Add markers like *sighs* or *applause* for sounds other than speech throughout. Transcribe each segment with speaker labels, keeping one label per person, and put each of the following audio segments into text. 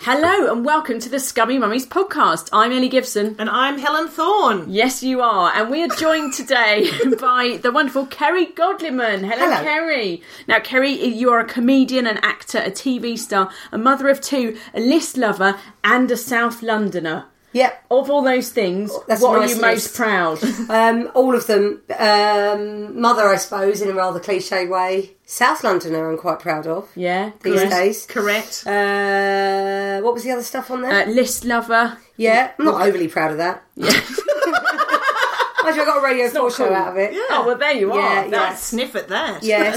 Speaker 1: Hello and welcome to the Scummy Mummies podcast. I'm Ellie Gibson.
Speaker 2: And I'm Helen Thorne.
Speaker 1: Yes, you are. And we are
Speaker 3: *laughs*
Speaker 1: joined today by the wonderful Kerry Godliman. Hello,
Speaker 2: Hello.
Speaker 1: Kerry. Now, Kerry, you are a comedian, an actor, a TV star, a mother of two, a list lover, and a South Londoner.
Speaker 3: Yep.
Speaker 1: Of all those things,
Speaker 3: That's a
Speaker 1: what
Speaker 3: nice
Speaker 1: are you most
Speaker 3: list. *laughs*
Speaker 1: proud?
Speaker 3: Um, all of them. Um, mother, I suppose, in a rather cliche way. South Londoner, I'm quite proud of.
Speaker 1: Yeah,
Speaker 3: These
Speaker 1: correct.
Speaker 3: days.
Speaker 2: Correct.
Speaker 3: Uh, what was the other stuff on
Speaker 1: Uh,
Speaker 3: there?
Speaker 1: list lover.
Speaker 3: yeah, I'm not overly proud of that. *laughs* Imagine I got a Radio 4 show out of it.
Speaker 1: Oh well, there you
Speaker 3: Yeah,
Speaker 1: are.
Speaker 3: yeah.
Speaker 2: Nice sniff at that.
Speaker 3: *laughs* Yes.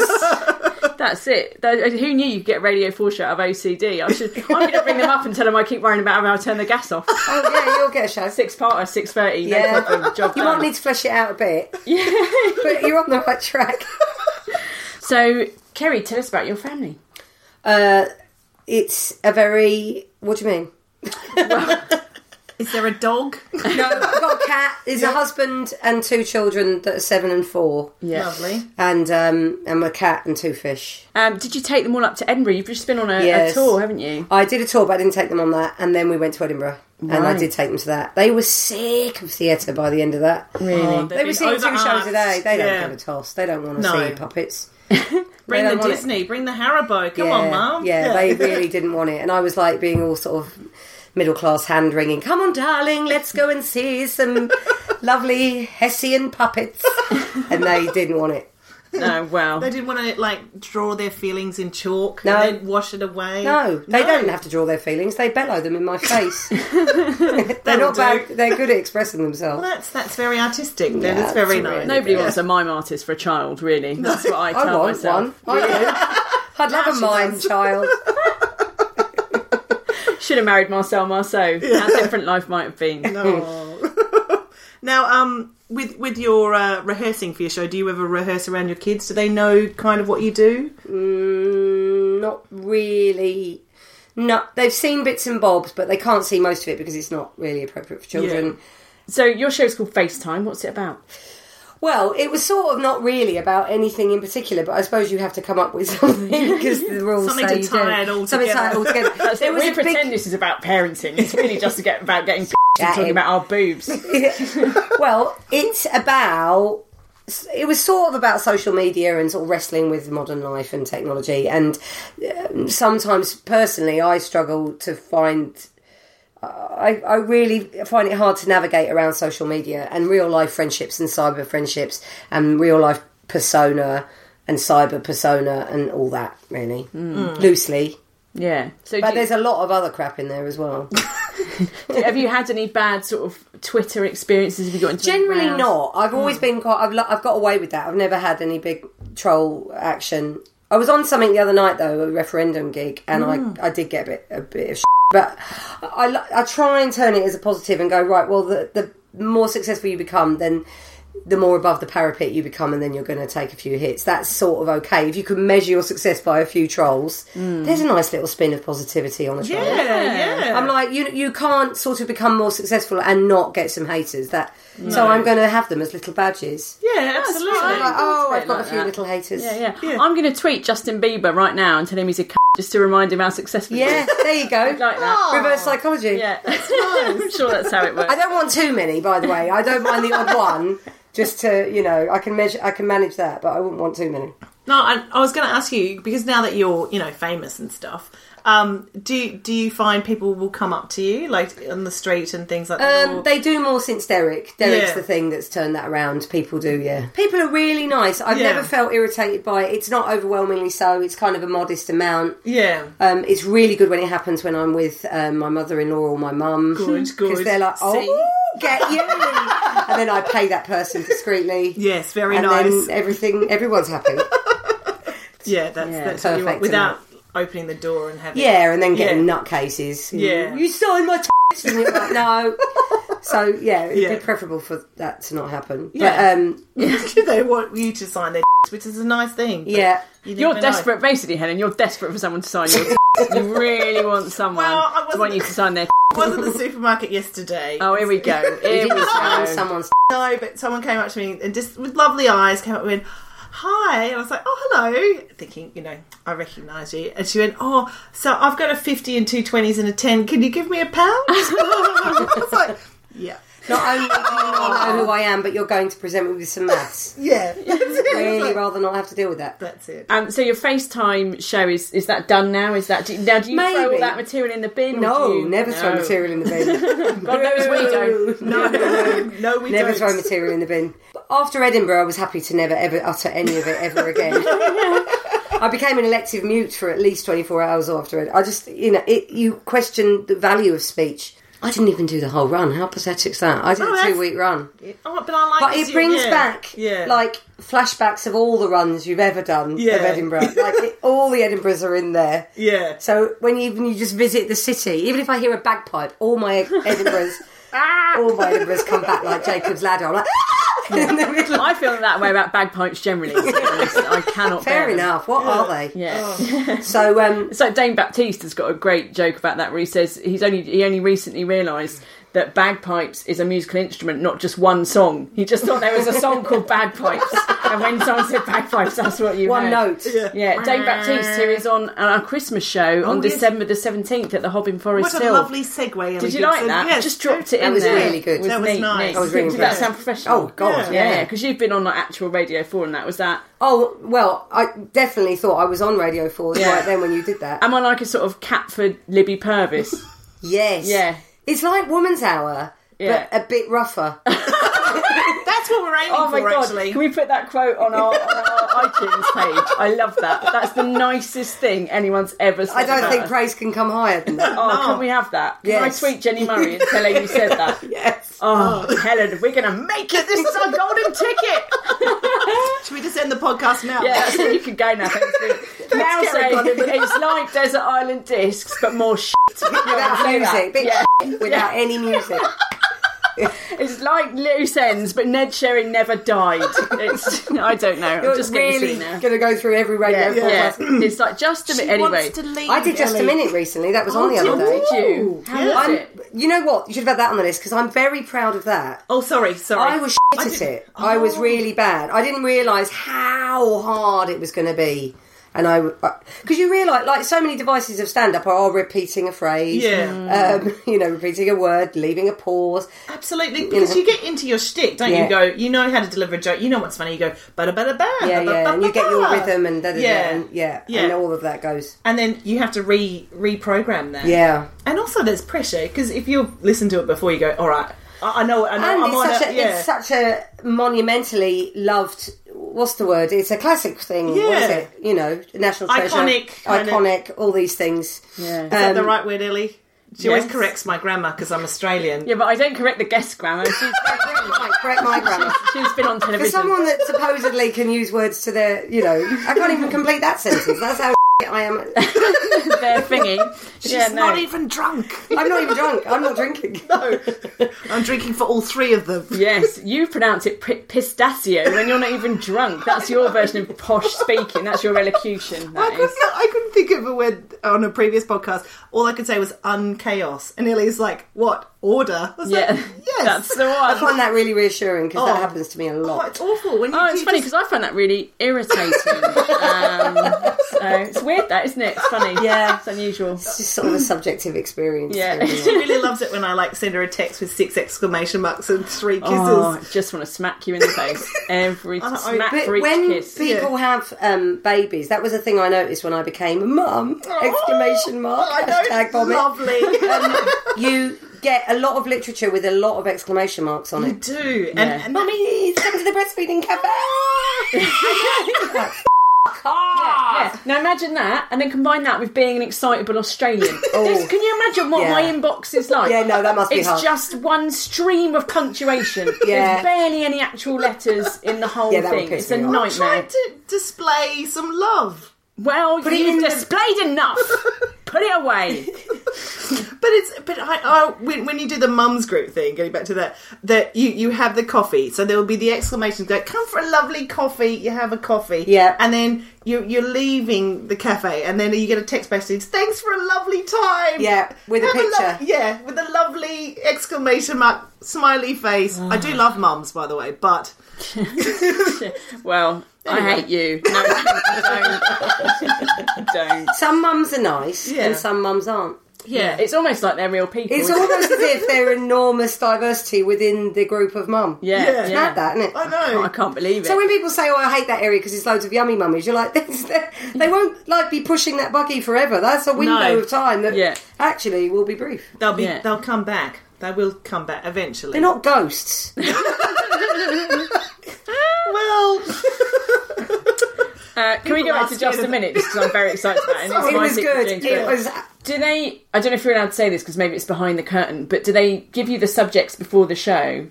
Speaker 1: That's it. Tho- Who knew you could get a Radio Four shirt out of OCD? I should. I'm going to ring them up and tell them I keep worrying about how I turn the gas off.
Speaker 3: oh, yeah, you'll get a show.
Speaker 1: Six parter, six thirty.
Speaker 3: Yeah.
Speaker 1: No problem. Job
Speaker 3: You
Speaker 1: done.
Speaker 3: might need to flesh it out a bit. Um. Yeah. *laughs* but you're on the right track.
Speaker 1: So, Kerry, tell us about your family.
Speaker 3: Uh, it's a very. What do you mean?
Speaker 2: *laughs* Is there a dog?
Speaker 3: No, I've got a cat. There's a husband and two children that are seven and four.
Speaker 1: Yeah.
Speaker 2: Lovely.
Speaker 3: And, um, and a cat and two fish.
Speaker 1: Um, did you take them all up to Edinburgh? You've just been on a, a
Speaker 3: Yes.
Speaker 1: tour, haven't
Speaker 3: *laughs*
Speaker 1: you?
Speaker 3: I did a tour, but I didn't take them on that. And then we went to Edinburgh, and I
Speaker 1: Right.
Speaker 3: did take them to that. They were sick of theatre by the end of that.
Speaker 1: Really?
Speaker 3: They were seeing two shows a day. They don't
Speaker 2: yeah.
Speaker 3: give a toss. They don't want to
Speaker 2: No.
Speaker 3: see puppets.
Speaker 2: Bring
Speaker 3: they
Speaker 2: the
Speaker 3: don't want it.
Speaker 2: Disney. Bring the Haribo. Come
Speaker 3: yeah,
Speaker 2: on, Mum.
Speaker 3: yeah,
Speaker 2: *laughs*
Speaker 3: they really didn't want it. And I was like being all sort of middle class hand wringing. Come on, darling, let's go and see some lovely Hessian puppets. and they didn't want it.
Speaker 1: No. Well.
Speaker 2: They didn't want to like draw their feelings in chalk
Speaker 3: No.
Speaker 2: and then wash it away.
Speaker 3: No, they don't have to draw their feelings. They bellow them in my face. they're
Speaker 2: That'll
Speaker 3: not bad.
Speaker 2: do.
Speaker 3: They're good at expressing themselves.
Speaker 2: Well, that's that's very artistic. that
Speaker 3: Yeah,
Speaker 2: is very
Speaker 3: that's
Speaker 2: nice.
Speaker 3: really
Speaker 1: Nobody wants a mime artist for a child, really. That's what I
Speaker 3: I
Speaker 1: tell
Speaker 3: want
Speaker 1: myself.
Speaker 3: one. I do. I'd love a mime child.
Speaker 1: Should have married Marcel Marceau. How different life might have been.
Speaker 2: Now, um, with with your uh, rehearsing for your show, do you ever rehearse around your kids? Do they know kind of what you do?
Speaker 3: Mm, not really. No, they've seen bits and bobs, but they can't see most of it because it's not really appropriate for children.
Speaker 1: So your show's called FaceTime. What's it about?
Speaker 3: Well, it was sort of not really about anything in particular, but I suppose you have to come up with *laughs* something because the rules
Speaker 2: Something
Speaker 3: say
Speaker 2: to
Speaker 3: you
Speaker 2: tie
Speaker 3: don't.
Speaker 2: it all
Speaker 3: Something to tie it all
Speaker 2: together. *laughs*
Speaker 3: together.
Speaker 1: So
Speaker 3: there was
Speaker 1: we
Speaker 3: a big
Speaker 1: pretend this is about parenting. It's really just to get about
Speaker 3: *laughs*
Speaker 1: getting *laughs* and talking
Speaker 3: him.
Speaker 1: about our
Speaker 3: *laughs*
Speaker 1: boobs.
Speaker 3: well, it's about. It was sort of about social media and sort of wrestling with modern life and technology. And um, sometimes, personally, I struggle to find. I, I really find it hard to navigate around social media and real life friendships and cyber friendships and real life persona and cyber persona and all that, really. Loosely.
Speaker 1: Yeah. So
Speaker 3: But
Speaker 1: do you-
Speaker 3: there's a lot of other crap in there as well.
Speaker 1: have you had any bad sort of Twitter experiences? Have you got into any
Speaker 3: Generally
Speaker 1: rows?
Speaker 3: not. I've always been quite. I've, lo- I've got away with that. I've never had any big troll action. I was on something the other night though, a referendum gig, and I, I did get a bit a bit of. Shit. But I, lo- I try and turn it as a positive and go right. Well, the the more successful you become, then the more above the parapet you become, and then you're going to take a few hits. That's sort of okay if you can measure your success by a few trolls.
Speaker 1: Mm.
Speaker 3: There's a nice little spin of positivity on a troll.
Speaker 2: yeah.
Speaker 3: I'm like, you you can't sort of become more successful and not get some haters. That so I'm going to have them as little badges.
Speaker 2: yeah, absolutely.
Speaker 3: I'm like, oh,
Speaker 1: bit
Speaker 3: I've got
Speaker 1: like
Speaker 3: a few
Speaker 1: that.
Speaker 3: little haters.
Speaker 1: Yeah, yeah. I'm going to tweet Justin Bieber right now and tell him he's a c- just to remind him how successful. he is.
Speaker 3: Yeah, there you go.
Speaker 1: like that.
Speaker 3: Reverse psychology.
Speaker 1: *laughs* Yeah, *laughs* that's I'm sure that's how it works.
Speaker 3: I don't want too many, by the way. I don't mind the odd one. Just to you know, I can measure, I can manage that, but I wouldn't want too many.
Speaker 2: No, I, I was going to ask you because now that you're you know famous and stuff, um, do do you find people will come up to you like on the street and things like that?
Speaker 3: Um,
Speaker 2: or-
Speaker 3: they do more since Derek.
Speaker 2: Oh.
Speaker 3: Derek's
Speaker 2: Yeah.
Speaker 3: the thing that's turned that around. People do, yeah. People are really nice. I've
Speaker 2: Yeah.
Speaker 3: never felt irritated by it. It's not overwhelmingly so. It's kind of a modest amount.
Speaker 2: yeah,
Speaker 3: Um, it's really good when it happens when I'm with um, my mother-in-law or my mum.
Speaker 2: Good,
Speaker 3: Because
Speaker 2: good.
Speaker 3: they're like, oh,
Speaker 2: See?
Speaker 3: get you. and then I pay that person discreetly.
Speaker 2: yes, very
Speaker 3: and
Speaker 2: nice.
Speaker 3: then everything, everyone's happy.
Speaker 2: yeah, that's that's what you want
Speaker 3: perfect
Speaker 2: without opening the door and having
Speaker 3: yeah, and
Speaker 2: *laughs*
Speaker 3: then getting
Speaker 2: Yeah.
Speaker 3: nutcases.
Speaker 2: Yeah.
Speaker 3: You signed my t- and you're
Speaker 2: *laughs*
Speaker 3: like, no. So, yeah, it'd
Speaker 2: Yeah.
Speaker 3: be preferable for that to not happen.
Speaker 2: Yeah.
Speaker 3: But, um,
Speaker 2: they want you to sign their *laughs* which is a nice thing. but
Speaker 3: yeah.
Speaker 2: you
Speaker 1: You're
Speaker 2: never know.
Speaker 1: desperate, basically, Helen. You're desperate for someone to sign your. *laughs* t- you really want someone
Speaker 2: Well, I
Speaker 1: to
Speaker 2: wasn't-
Speaker 1: want you to sign their. *laughs* T-
Speaker 2: I was at the *laughs* supermarket yesterday.
Speaker 1: oh, here we *laughs* go. Here we
Speaker 3: You didn't
Speaker 2: um,
Speaker 3: sign
Speaker 1: go.
Speaker 3: "Oh, someone's *laughs*
Speaker 2: No, but someone came up to me and just with lovely eyes came up and went, Hi. And I was like, Oh, hello. Thinking, you know, I recognise you. And she went, Oh, so I've got a 50 and two 20s and a 10. Can you give me a pound? *laughs* I was like, Yeah.
Speaker 3: Not only do you not know who I am, but you're going to present me with some
Speaker 2: *laughs*
Speaker 3: maths.
Speaker 2: *laughs*
Speaker 3: *laughs*
Speaker 2: Yeah. That's it.
Speaker 3: Really, rather not have to deal with that.
Speaker 2: That's it.
Speaker 1: Um, so your FaceTime show is is that done now? Is that do you, now? Do you throw all
Speaker 3: Maybe.
Speaker 1: that material in the bin? or
Speaker 3: No,
Speaker 1: do you,
Speaker 3: never throw
Speaker 1: No.
Speaker 3: material in the
Speaker 2: *laughs*
Speaker 3: bin.
Speaker 1: God knows we don't.
Speaker 3: *laughs*
Speaker 2: No, no, we
Speaker 3: never
Speaker 2: don't.
Speaker 3: throw material in the bin. But after Edinburgh, I was happy to never ever utter any of it ever
Speaker 2: *laughs*
Speaker 3: again. I became an elective mute for at least 24 hours after it. I just, you know, it, you question the value of speech. I didn't even do the whole run. How pathetic's that? I did
Speaker 2: No,
Speaker 3: a
Speaker 2: that's-
Speaker 3: two week run.
Speaker 2: Oh, but I like
Speaker 3: But
Speaker 2: this-
Speaker 3: it brings
Speaker 2: yeah.
Speaker 3: back
Speaker 2: yeah.
Speaker 3: like flashbacks of all the runs you've ever done
Speaker 2: Yeah.
Speaker 3: of Edinburgh. like it, all the Edinburghs are in there.
Speaker 2: *laughs* Yeah.
Speaker 3: So when you, when you just visit the city, even if I hear a bagpipe, all my
Speaker 1: *laughs*
Speaker 3: Edinburghs,
Speaker 1: Ah!
Speaker 3: all my Edinburghs come back like Jacob's Ladder. I'm like, "Ah!" in the middle.
Speaker 1: I feel that way about bagpipes generally. to be honest. I cannot.
Speaker 3: *laughs* Fair
Speaker 1: bear them.
Speaker 3: enough. What are they?
Speaker 1: Yeah. *laughs*
Speaker 3: So um,
Speaker 1: So Dane Baptiste has got a great joke about that, where he says he's only he only recently realised that bagpipes is a musical instrument, not just one song. He just thought there was a song called bagpipes, and when someone said bagpipes, that's what you
Speaker 3: one
Speaker 1: heard.
Speaker 3: note.
Speaker 1: Yeah, Dane Baptiste, who is on our Christmas show on
Speaker 2: yes.
Speaker 1: December the seventeenth at the Hobbin Forest
Speaker 2: What a
Speaker 1: Hill.
Speaker 2: lovely segue. Ellie
Speaker 1: Did you like
Speaker 2: Gibson.
Speaker 1: that?
Speaker 2: Yes.
Speaker 1: Just dropped it in
Speaker 3: was
Speaker 1: there.
Speaker 3: really good.
Speaker 1: It was
Speaker 2: That was
Speaker 1: neat,
Speaker 2: nice.
Speaker 1: neat.
Speaker 2: I was
Speaker 3: really
Speaker 1: Did that
Speaker 3: impressed.
Speaker 1: sound professional?
Speaker 3: Oh, God, Yeah.
Speaker 1: yeah.
Speaker 3: yeah.
Speaker 1: Because you've been on like actual Radio Four, and that was that.
Speaker 3: Oh well, I definitely thought I was on Radio Four
Speaker 1: Yeah.
Speaker 3: right then when you did that.
Speaker 1: Am I like a sort of Catford Libby Purvis?
Speaker 3: yes.
Speaker 1: Yeah.
Speaker 3: It's like Woman's Hour,
Speaker 1: Yeah.
Speaker 3: but a
Speaker 1: *laughs*
Speaker 3: bit rougher.
Speaker 2: That's what we're aiming
Speaker 1: Oh my
Speaker 2: for,
Speaker 1: god!
Speaker 2: actually.
Speaker 1: Can we put that quote on our, on
Speaker 3: *laughs*
Speaker 1: our iTunes page? I love that. That's the nicest thing anyone's ever said.
Speaker 3: I don't
Speaker 1: about
Speaker 3: think
Speaker 1: us.
Speaker 3: praise can come higher
Speaker 1: *laughs*
Speaker 3: than that.
Speaker 1: Oh, can we have that? Can
Speaker 3: Yes.
Speaker 1: I tweet Jenny
Speaker 3: *laughs*
Speaker 1: Murray and tell her you said that?
Speaker 3: Yes.
Speaker 1: Oh, Helen, we're gonna make it. This is our
Speaker 3: *laughs*
Speaker 1: golden ticket.
Speaker 2: *laughs* Should we just end the podcast now?
Speaker 1: Yeah, that's it. You can go now. Thanks
Speaker 3: *laughs*
Speaker 1: for- now
Speaker 2: get
Speaker 1: say
Speaker 2: rid
Speaker 1: *laughs*
Speaker 2: of
Speaker 1: it's like Desert Island Discs, but more
Speaker 3: *laughs*
Speaker 1: shit.
Speaker 3: Without
Speaker 1: Say that.
Speaker 3: music, bit
Speaker 1: Yeah.
Speaker 3: without any music.
Speaker 1: It's like loose ends, but Ned Sherry never died. It's I don't know. I'm *laughs*
Speaker 3: You're
Speaker 1: just getting
Speaker 3: really
Speaker 1: silly now.
Speaker 3: going to go through every radio
Speaker 1: Yeah,
Speaker 3: forecast.
Speaker 1: it's like just a minute. Anyway,
Speaker 2: Wants to leave,
Speaker 3: I did just a
Speaker 2: Ellie.
Speaker 3: minute recently. That was on the other day.
Speaker 1: did you? How was
Speaker 3: I'm,
Speaker 1: it?
Speaker 3: you know what? You should have had that on the list because I'm very proud of that.
Speaker 2: Oh, sorry, sorry.
Speaker 3: I was shit at it. I was really bad. I didn't realise how hard it was going to be. And I, because you realise, like so many devices of stand-up are repeating a phrase,
Speaker 2: Yeah.
Speaker 3: um, *laughs* you know, repeating a word, leaving a pause.
Speaker 2: Absolutely, because you, get into your shtick, don't you?
Speaker 3: Mm-hmm. Yeah.
Speaker 2: Go, you know how to deliver a joke. You know what's funny. You go, ba da ba da ba.
Speaker 3: Yeah,
Speaker 2: ba, ba,
Speaker 3: yeah,
Speaker 2: ba,
Speaker 3: and you
Speaker 2: ba,
Speaker 3: get your
Speaker 2: ba.
Speaker 3: rhythm and da da da,
Speaker 2: Yeah.
Speaker 3: and yeah,
Speaker 2: Yeah.
Speaker 3: and all of that goes.
Speaker 2: and then you have to re reprogram that.
Speaker 3: Yeah.
Speaker 2: and also there's pressure because if you listen to it before, you go, all right, I, I know, I know,
Speaker 3: And
Speaker 2: I'm on
Speaker 3: it's such,
Speaker 2: it.
Speaker 3: a,
Speaker 2: yeah.
Speaker 3: it's such a monumentally loved. What's the word? It's a classic thing. What is
Speaker 2: Yeah.
Speaker 3: it? You know, national treasure,
Speaker 2: Iconic, kind of-
Speaker 3: iconic. All these things.
Speaker 1: Yeah. Is
Speaker 2: Is that
Speaker 3: Um,
Speaker 2: the
Speaker 3: *laughs*
Speaker 2: right word, Ellie? She always
Speaker 1: yes.
Speaker 2: corrects my grammar because I'm Australian.
Speaker 1: Yeah, but I don't correct the guest grammar. She's,
Speaker 3: Right, correct my grammar.
Speaker 1: she's been on
Speaker 3: For
Speaker 1: television.
Speaker 3: someone that supposedly can use words to their, you know, I can't even complete that sentence. That's how *laughs* I am.
Speaker 1: They're
Speaker 2: *laughs*
Speaker 1: thingy. She's yeah, no.
Speaker 2: Not even *laughs* drunk.
Speaker 3: I'm not even drunk. I'm not
Speaker 2: *laughs*
Speaker 3: drinking.
Speaker 2: I'm drinking for all three of them.
Speaker 1: Yes, you pronounce it pi pistachio when you're not even drunk. That's your version of posh speaking. That's your elocution.
Speaker 2: I
Speaker 1: That
Speaker 2: couldn't,
Speaker 1: is.
Speaker 2: I couldn't think of a word on a previous podcast. All I could say was unchaos. And Ellie's like, what? order. I was
Speaker 1: Yeah,
Speaker 2: like,
Speaker 1: *laughs*
Speaker 2: yes,
Speaker 1: that's the
Speaker 3: I
Speaker 1: one.
Speaker 3: find that really reassuring because
Speaker 2: Oh.
Speaker 3: that happens to me a
Speaker 2: Oh,
Speaker 3: lot.
Speaker 2: it's awful when you.
Speaker 1: Oh, it's
Speaker 2: you
Speaker 1: funny
Speaker 2: just-
Speaker 1: because I find that really
Speaker 2: *laughs*
Speaker 1: irritating. um, so it's weird, that isn't it? It's funny.
Speaker 3: Yeah.
Speaker 1: it's unusual.
Speaker 3: It's just sort of a subjective experience.
Speaker 1: Yeah.
Speaker 3: really.
Speaker 2: *laughs*
Speaker 1: *laughs*
Speaker 2: She really loves it when I like send her a text with six exclamation marks and three kisses.
Speaker 1: Oh, I just want to smack you in the face
Speaker 2: *laughs*
Speaker 1: every
Speaker 2: know,
Speaker 1: smack
Speaker 2: but
Speaker 1: for each
Speaker 3: when
Speaker 1: kiss.
Speaker 3: people have um, babies, that was a thing I noticed when I became a mum! exclamation mark!
Speaker 2: I know,
Speaker 3: hashtag vomit. Um,
Speaker 2: lovely.
Speaker 3: You get a lot of literature with a lot of exclamation marks on it.
Speaker 2: do and,
Speaker 1: Yeah.
Speaker 2: and
Speaker 3: Mummy, it's come to the breastfeeding
Speaker 2: *laughs*
Speaker 3: cafe.
Speaker 1: Yeah. Now imagine that, and then combine that with being an excitable
Speaker 3: *laughs*
Speaker 1: Australian. Just- can you imagine what
Speaker 3: Oh. Yeah.
Speaker 1: my inbox is like?
Speaker 3: Yeah, no, that must be
Speaker 1: It's
Speaker 3: hard.
Speaker 1: just one stream of punctuation.
Speaker 3: *laughs* Yeah.
Speaker 1: There's barely any actual letters in the whole
Speaker 3: *laughs* Yeah, that would
Speaker 1: thing.
Speaker 3: piss
Speaker 1: It's a
Speaker 3: me off.
Speaker 2: I'm trying
Speaker 1: nightmare.
Speaker 2: to display some love.
Speaker 1: Well,
Speaker 3: it in
Speaker 1: you've
Speaker 3: the-
Speaker 1: displayed
Speaker 3: *laughs*
Speaker 1: enough. Put it away.
Speaker 2: But it's but I, I when, when you do the mums group thing, going back to that, that you you have the coffee, so there will be the exclamations go, "Come for a lovely coffee!" You have a coffee,
Speaker 3: Yeah.
Speaker 2: and then you you're leaving the cafe, and then you get a text message, "Thanks for a lovely time!"
Speaker 3: Yeah, with a
Speaker 2: Have
Speaker 3: picture.
Speaker 2: lo- yeah, with a lovely exclamation mark, smiley face. I do love mums, by the way, but
Speaker 1: Well, I hate you. No, *laughs* don't. don't.
Speaker 3: some mums are nice
Speaker 2: Yeah.
Speaker 3: and some mums aren't.
Speaker 1: Yeah, it's almost like they're real people.
Speaker 3: It's
Speaker 1: isn't it?
Speaker 2: *laughs*
Speaker 3: almost as if there are enormous diversity within the group of mum.
Speaker 1: Yeah,
Speaker 2: Yeah.
Speaker 1: yeah.
Speaker 3: It's mad that, isn't it?
Speaker 2: I know.
Speaker 1: Oh, I can't believe it.
Speaker 3: So when people say, "Oh, I hate that area because it's loads of yummy mummies," you're like, *laughs* "This- "They won't like be pushing that buggy forever. That's a window
Speaker 2: No.
Speaker 3: of time that
Speaker 1: Yeah.
Speaker 3: actually will be brief.
Speaker 2: They'll be
Speaker 1: Yeah.
Speaker 2: they'll come back. They will come back eventually.
Speaker 3: They're not ghosts.
Speaker 2: well.
Speaker 1: Uh, can we go
Speaker 2: People
Speaker 1: back
Speaker 2: are
Speaker 1: to just
Speaker 2: scared
Speaker 1: a
Speaker 2: of-
Speaker 1: minute? Just because I'm very excited about it. and it's
Speaker 3: *laughs* it
Speaker 1: my
Speaker 3: was
Speaker 1: secret
Speaker 3: good.
Speaker 1: dream to do
Speaker 3: It was
Speaker 1: Do they? I don't know if you're allowed to say this because maybe it's behind the curtain. But do they give you the subjects before the show?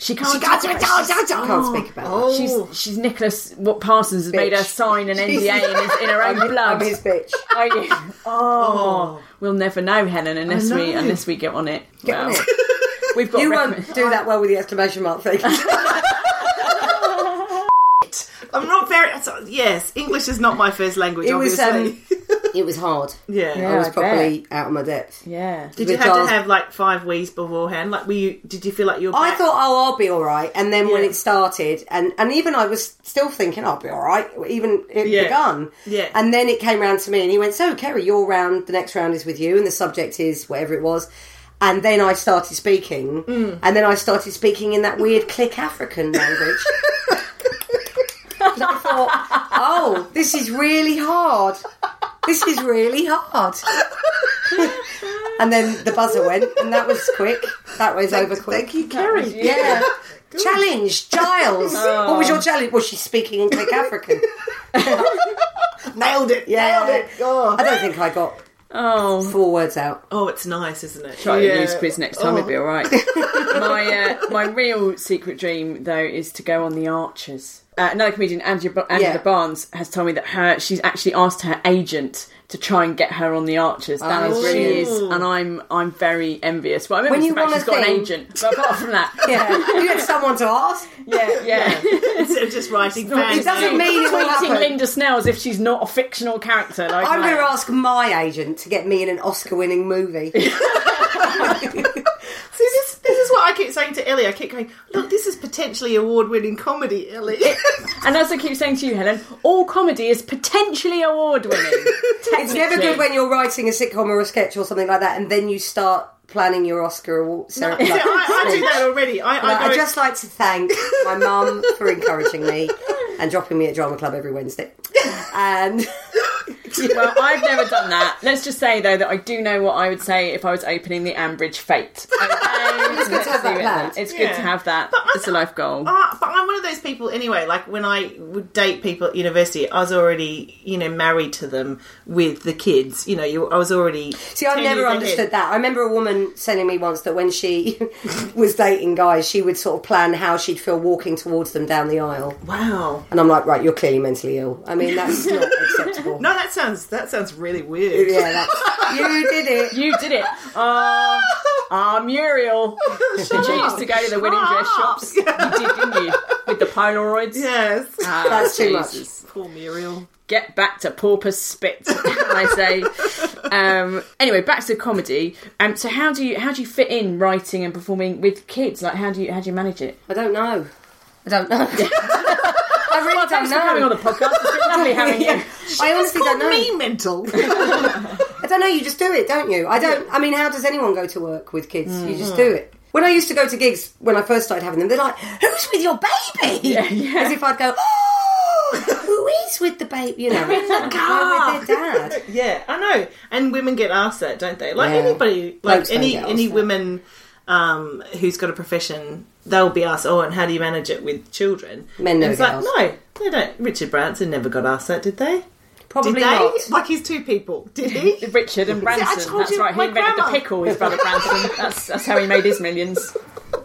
Speaker 1: She can't.
Speaker 3: She
Speaker 1: talk
Speaker 3: can't, speak-
Speaker 1: about it.
Speaker 3: I can't speak about it.
Speaker 1: She's, she's, she's Nicholas. What Parsons has made her
Speaker 3: Bitch.
Speaker 1: sign an NDA in, his, in her own
Speaker 3: *laughs* I'm
Speaker 1: blood.
Speaker 3: his bitch.
Speaker 1: Are
Speaker 3: *laughs*
Speaker 1: you? Oh, we'll never know, Helen, unless we
Speaker 2: know.
Speaker 1: unless we get on it.
Speaker 3: Get on it.
Speaker 1: We've got.
Speaker 3: You um,
Speaker 1: recommend-
Speaker 3: won't do that well with the exclamation mark thing.
Speaker 2: I'm not very. so- Yes, English is not my first language.
Speaker 3: It was, um,
Speaker 2: obviously. *laughs*
Speaker 3: it was hard.
Speaker 2: yeah.
Speaker 1: Yeah.
Speaker 3: I
Speaker 1: I
Speaker 3: was
Speaker 1: bet.
Speaker 3: probably out of my depth.
Speaker 1: Yeah.
Speaker 2: Did you
Speaker 3: with
Speaker 2: have
Speaker 3: Giles.
Speaker 2: to have like five wees beforehand? Like, were you? Did you feel like you were?
Speaker 3: I
Speaker 2: back-
Speaker 3: thought, oh, I'll be all right. And then when
Speaker 2: Yeah.
Speaker 3: it started, and, and even I was still thinking, I'll be all right, even it
Speaker 2: Yeah.
Speaker 3: begun.
Speaker 2: Yeah.
Speaker 3: And then it came round to me, and he went, so, Kerry, your round, the next round is with you, and the subject is whatever it was. And then I started speaking,
Speaker 2: Mm.
Speaker 3: and then I started speaking in that weird click African language. 'Cause I thought, oh, this is really hard. This is really hard. and then the buzzer went, and that was quick. That was over quick.
Speaker 2: Thank you, Kerry.
Speaker 3: Yeah. Challenge, Giles. What was
Speaker 2: Oh.
Speaker 3: your challenge? Was she speaking in Click African?
Speaker 2: Nailed it.
Speaker 3: Yeah.
Speaker 2: Nailed it. Oh.
Speaker 3: I don't think I got
Speaker 1: Oh.
Speaker 3: four
Speaker 2: *laughs*
Speaker 3: words out.
Speaker 2: oh, it's nice, isn't it?
Speaker 1: Try
Speaker 2: yeah. *laughs*
Speaker 1: a news quiz next time. It'll
Speaker 3: Oh.
Speaker 1: be all right.
Speaker 3: *laughs*
Speaker 1: my uh, my real secret dream though is to go on the Archers. Uh, another comedian, Angela, Ba- Angela
Speaker 3: Yeah.
Speaker 1: Barnes, has told me that her she's actually asked her agent to try and get her on the Archers. That is
Speaker 3: Oh,
Speaker 1: what she
Speaker 3: brilliant.
Speaker 1: is, and I'm I'm very envious. But I remember
Speaker 3: When
Speaker 1: the
Speaker 3: you
Speaker 1: fact
Speaker 3: want
Speaker 1: she's
Speaker 3: a
Speaker 1: got
Speaker 3: thing-
Speaker 1: an agent. But apart from that,
Speaker 3: *laughs* Yeah. You had someone to ask.
Speaker 1: yeah, yeah.
Speaker 2: Instead of just *laughs* writing fans.
Speaker 3: It doesn't mean it will
Speaker 1: Tweeting
Speaker 3: happen.
Speaker 1: Linda Snell as if she's not a fictional character. Like
Speaker 3: I'm going
Speaker 1: that.
Speaker 3: to ask my agent to get me in an Oscar winning
Speaker 2: *laughs*
Speaker 3: movie.
Speaker 2: See, this, this is what I keep saying to Ellie. I keep going, look, this is potentially award-winning comedy, Ellie. *laughs*
Speaker 1: And as I keep saying to you, Helen, all comedy is potentially award winning.
Speaker 3: *laughs* It's never good when you're writing a sitcom or a sketch or something like that, and then you start planning your Oscar award ceremony.
Speaker 2: So I, I do that already. I, I,
Speaker 3: I'd
Speaker 2: go,
Speaker 3: just like to thank my mum for encouraging me and dropping me at drama club every
Speaker 2: *laughs*
Speaker 3: Wednesday. And
Speaker 1: well, I've never done that. Let's just say though that I do know what I would say if I was opening the Ambridge
Speaker 3: *laughs*
Speaker 1: Fate. Okay, it's
Speaker 3: good to have that planned.
Speaker 1: It's good
Speaker 2: Yeah.
Speaker 1: to have that.
Speaker 2: But I-
Speaker 1: it's a life goal.
Speaker 2: Uh, but I'm one of those people anyway. Like when I would date people at university, I was already, you know, married to them with the kids. You know, you, I was already.
Speaker 3: See, I never understood that. I remember a woman telling me once that when she *laughs* was dating guys, she would sort of plan how she'd feel walking towards them down the aisle.
Speaker 2: Wow.
Speaker 3: And I'm like, right, you're clearly mentally ill. I mean, that's not acceptable.
Speaker 2: No, Oh, that sounds that sounds really weird.
Speaker 3: Yeah, that's, you did it.
Speaker 1: You did it. Ah, ah, Muriel.
Speaker 2: *laughs*
Speaker 1: Did you used to go to the wedding dress shops? You did, didn't you? With the Polaroids?
Speaker 2: *laughs* Yes.
Speaker 1: Ah,
Speaker 3: That's too much.
Speaker 1: Jesus.
Speaker 2: Uh, Poor Muriel.
Speaker 1: get back to porpoise spit. *laughs* I say. Um, anyway, back to comedy. Um, so how do you how do you fit in writing and performing with kids? Like how do you how do you manage it?
Speaker 3: I don't know. I don't know. I really don't
Speaker 1: Thanks for coming on
Speaker 3: know.
Speaker 1: the podcast. It's been
Speaker 2: *laughs*
Speaker 1: lovely having you.
Speaker 3: Yeah. *laughs* I honestly don't know.
Speaker 2: me mental.
Speaker 3: I don't know. You just do it, don't you? I don't. I mean, how does anyone go to work with kids? You just do it. When I used to go to gigs, when I first started having them, they're like, "Who's with your *laughs* baby?" As if I'd go, "Oh, who is with the baby?" You know, the car *laughs* with their dad.
Speaker 2: *laughs* yeah, I know. And women get asked that, don't they? Like
Speaker 3: Yeah.
Speaker 2: anybody, like
Speaker 3: Blokes don't
Speaker 2: any
Speaker 3: get asked
Speaker 2: any
Speaker 3: that.
Speaker 2: women um, who's got a profession, they'll be asked, "Oh, and how do you manage it with children?"
Speaker 3: Men never
Speaker 2: And it's
Speaker 3: get
Speaker 2: like, no, they don't. Richard Branson never got asked that, did they?
Speaker 3: Probably
Speaker 2: did they?
Speaker 3: not.
Speaker 2: Like he's two people. Did he?
Speaker 1: *laughs* Richard and Branson.
Speaker 2: I told
Speaker 1: that's
Speaker 2: you,
Speaker 1: right. He
Speaker 2: my
Speaker 1: invented
Speaker 2: grandma.
Speaker 1: the pickle. His brother Branson. That's that's how he made his millions.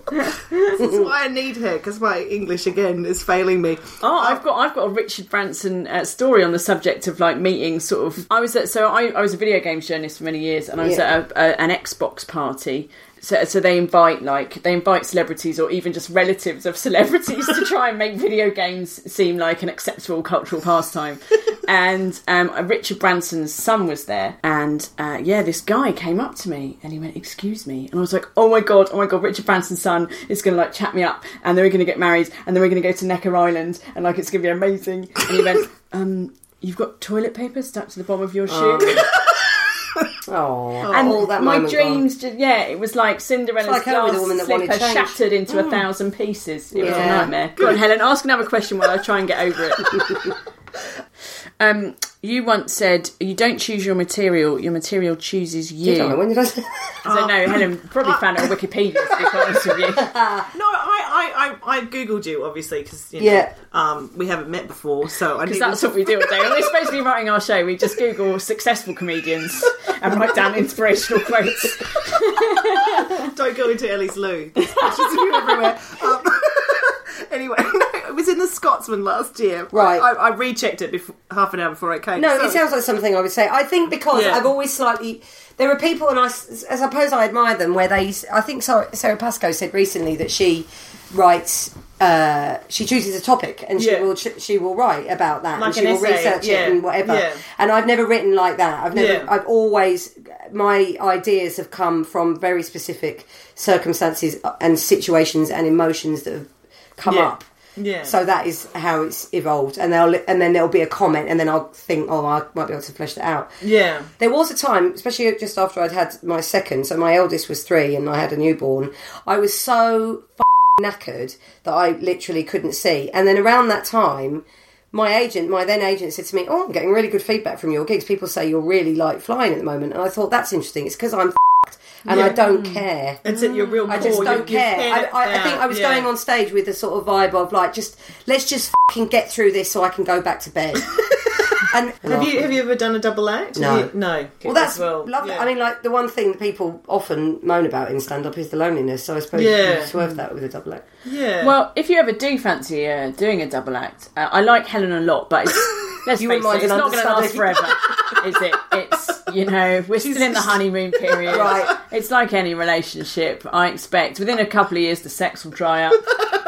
Speaker 2: That's why I need her because my English again is failing me.
Speaker 1: Oh, I've got I've got a Richard Branson uh, story on the subject of like meeting sort of. I was at so I, I was a video games journalist for many years, and I was
Speaker 3: Yeah.
Speaker 1: at a, a, an Xbox party. So, so they invite like they invite celebrities or even just relatives of celebrities to try and make video games seem like an acceptable cultural pastime. and um, Richard Branson's son was there, and uh, yeah, this guy came up to me and he went, "Excuse me," and I was like, "Oh my god, oh my god, Richard Branson's son is going to like chat me up, and then we're going to get married, and then we're going to go to Necker Island, and like it's going to be amazing." And he went, "Um, you've got toilet paper stuck to the bottom of your shoe."
Speaker 3: Oh,
Speaker 1: and
Speaker 3: all that
Speaker 1: my
Speaker 3: moment gone.
Speaker 1: dreams, ju- yeah, it was like Cinderella's
Speaker 3: It's like her
Speaker 1: glass
Speaker 3: with the woman that wanted
Speaker 1: slipper
Speaker 3: change. Mm.
Speaker 1: shattered into a thousand pieces. It was a
Speaker 3: Yeah.
Speaker 1: nightmare. Go on, Helen, ask another question while I try and get over it.
Speaker 3: *laughs*
Speaker 1: um, you once said you don't choose your material; your material chooses you.
Speaker 3: Did I? When did I? Say? *laughs*
Speaker 1: I don't know. Helen probably found it on Wikipedia. To be quite honest with you,
Speaker 2: No, I I, I, I googled you obviously because you know,
Speaker 3: Yeah.
Speaker 2: um, we haven't met before, so I knew
Speaker 1: because that's what we do all day. When we're supposed to be writing our show, we just Google successful comedians and write down inspirational quotes.
Speaker 2: *laughs* Don't go into Ellie's loo. There's pictures of you everywhere. Um, anyway, *laughs* no, it was in the Scotsman last year.
Speaker 3: Right.
Speaker 2: I, I rechecked it before, half an hour before I came.
Speaker 3: No,
Speaker 2: so-
Speaker 3: it sounds like something I would say. I think because
Speaker 2: Yeah.
Speaker 3: I've always slightly. There are people, and I, s- I suppose I admire them, where they. I think Sarah, Sarah Pascoe said recently that she writes. Uh, she chooses a topic and she
Speaker 2: Yeah.
Speaker 3: will ch- she will write about that
Speaker 2: Like
Speaker 3: and she
Speaker 2: an
Speaker 3: will
Speaker 2: essay,
Speaker 3: research
Speaker 2: yeah,
Speaker 3: it and whatever.
Speaker 2: yeah.
Speaker 3: And I've never written like that. I've never.
Speaker 2: Yeah.
Speaker 3: I've always my ideas have come from very specific circumstances and situations and emotions that have come
Speaker 2: Yeah.
Speaker 3: up.
Speaker 2: Yeah.
Speaker 3: So that is how it's evolved, and they'll and then there'll be a comment, and then I'll think, oh, I might be able to flesh that out.
Speaker 2: Yeah.
Speaker 3: There was a time, especially just after I'd had my second, so my eldest was three, and I had a newborn. I was so f- knackered that I literally couldn't see, and then around that time. My agent, my then agent, said to me, "Oh, I'm getting really good feedback from your gigs. People say you're really like flying at the moment." And I thought that's interesting. It's because I'm f***ed and I don't
Speaker 2: Mm.
Speaker 3: care.
Speaker 2: It's at your real
Speaker 3: I just
Speaker 2: core,
Speaker 3: don't
Speaker 2: you- you
Speaker 3: care.
Speaker 2: pan
Speaker 3: I,
Speaker 2: it
Speaker 3: I, I think
Speaker 2: out,
Speaker 3: I was
Speaker 2: yeah.
Speaker 3: going on stage with a sort of vibe of like, just let's just fucking get through this so I can go back
Speaker 2: *laughs*
Speaker 3: to bed. and
Speaker 2: Have you have you ever done a double act?
Speaker 3: No.
Speaker 2: Have you- no.
Speaker 3: *laughs* Well, that's
Speaker 2: As well.
Speaker 3: lovely.
Speaker 2: yeah.
Speaker 3: I mean, like the one thing that people often moan about in stand-up is the loneliness. So I suppose
Speaker 2: Yeah.
Speaker 3: you swerve that with a double act.
Speaker 2: yeah.
Speaker 1: Well, if you ever do fancy uh, doing a double act, uh, I like Helen a lot, but
Speaker 3: *laughs*
Speaker 1: it's, let's
Speaker 3: You
Speaker 1: face it,
Speaker 3: wouldn't mind
Speaker 1: it's
Speaker 3: an
Speaker 1: not going to last
Speaker 3: understudy.
Speaker 1: forever, is it? It's you know we're still in the honeymoon period.
Speaker 3: Right.
Speaker 1: It's like any relationship. I expect within a couple of years the sex will dry up.
Speaker 3: *laughs*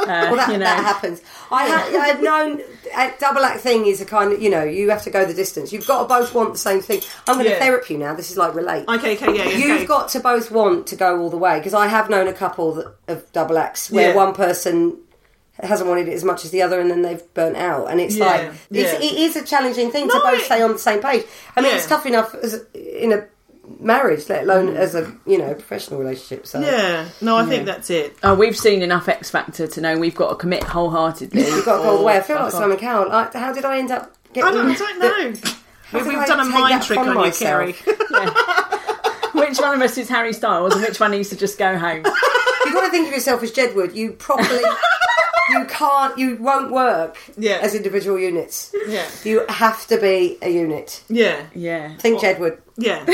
Speaker 1: Uh,
Speaker 3: Well, that,
Speaker 1: you know,
Speaker 3: that happens. I ha- I've known a double act thing is a kind of you know you have to go the distance. You've got to both want the same thing. I'm going to
Speaker 2: Yeah.
Speaker 3: therapy you now. This is like relate.
Speaker 2: Okay, okay, yeah, yeah,
Speaker 3: You've
Speaker 2: okay.
Speaker 3: got to both want to go all the way because I have known a couple that, of double acts where
Speaker 2: Yeah.
Speaker 3: one person hasn't wanted it as much as the other and then they've burnt out and it's
Speaker 2: Yeah,
Speaker 3: like it's,
Speaker 2: yeah.
Speaker 3: it is a challenging thing to
Speaker 2: No,
Speaker 3: both
Speaker 2: it-
Speaker 3: stay on the same page i mean
Speaker 2: Yeah. Mm.
Speaker 3: it's tough enough as, in a marriage let alone as a you know professional relationship so
Speaker 2: yeah. No, I think that's it.
Speaker 1: Oh, we've seen enough X Factor to know we've got to commit wholeheartedly.
Speaker 3: you've got to go all the way i feel like simon cowell like, how did i end up getting
Speaker 2: I don't, I don't know.
Speaker 3: how did
Speaker 2: We've
Speaker 3: I
Speaker 2: done a
Speaker 3: take
Speaker 2: mind
Speaker 3: that
Speaker 2: trick
Speaker 3: from
Speaker 2: on you,
Speaker 3: myself?
Speaker 2: Kerry.
Speaker 1: Which one of us is Harry Styles and which one needs to just go home?
Speaker 3: you've got to think of yourself as jedward you *laughs* properly you can't you won't work
Speaker 2: Yeah.
Speaker 3: as individual units
Speaker 2: Yeah.
Speaker 3: you have to be a unit
Speaker 2: Yeah.
Speaker 1: Yeah.
Speaker 3: *laughs* think jedward
Speaker 2: Yeah.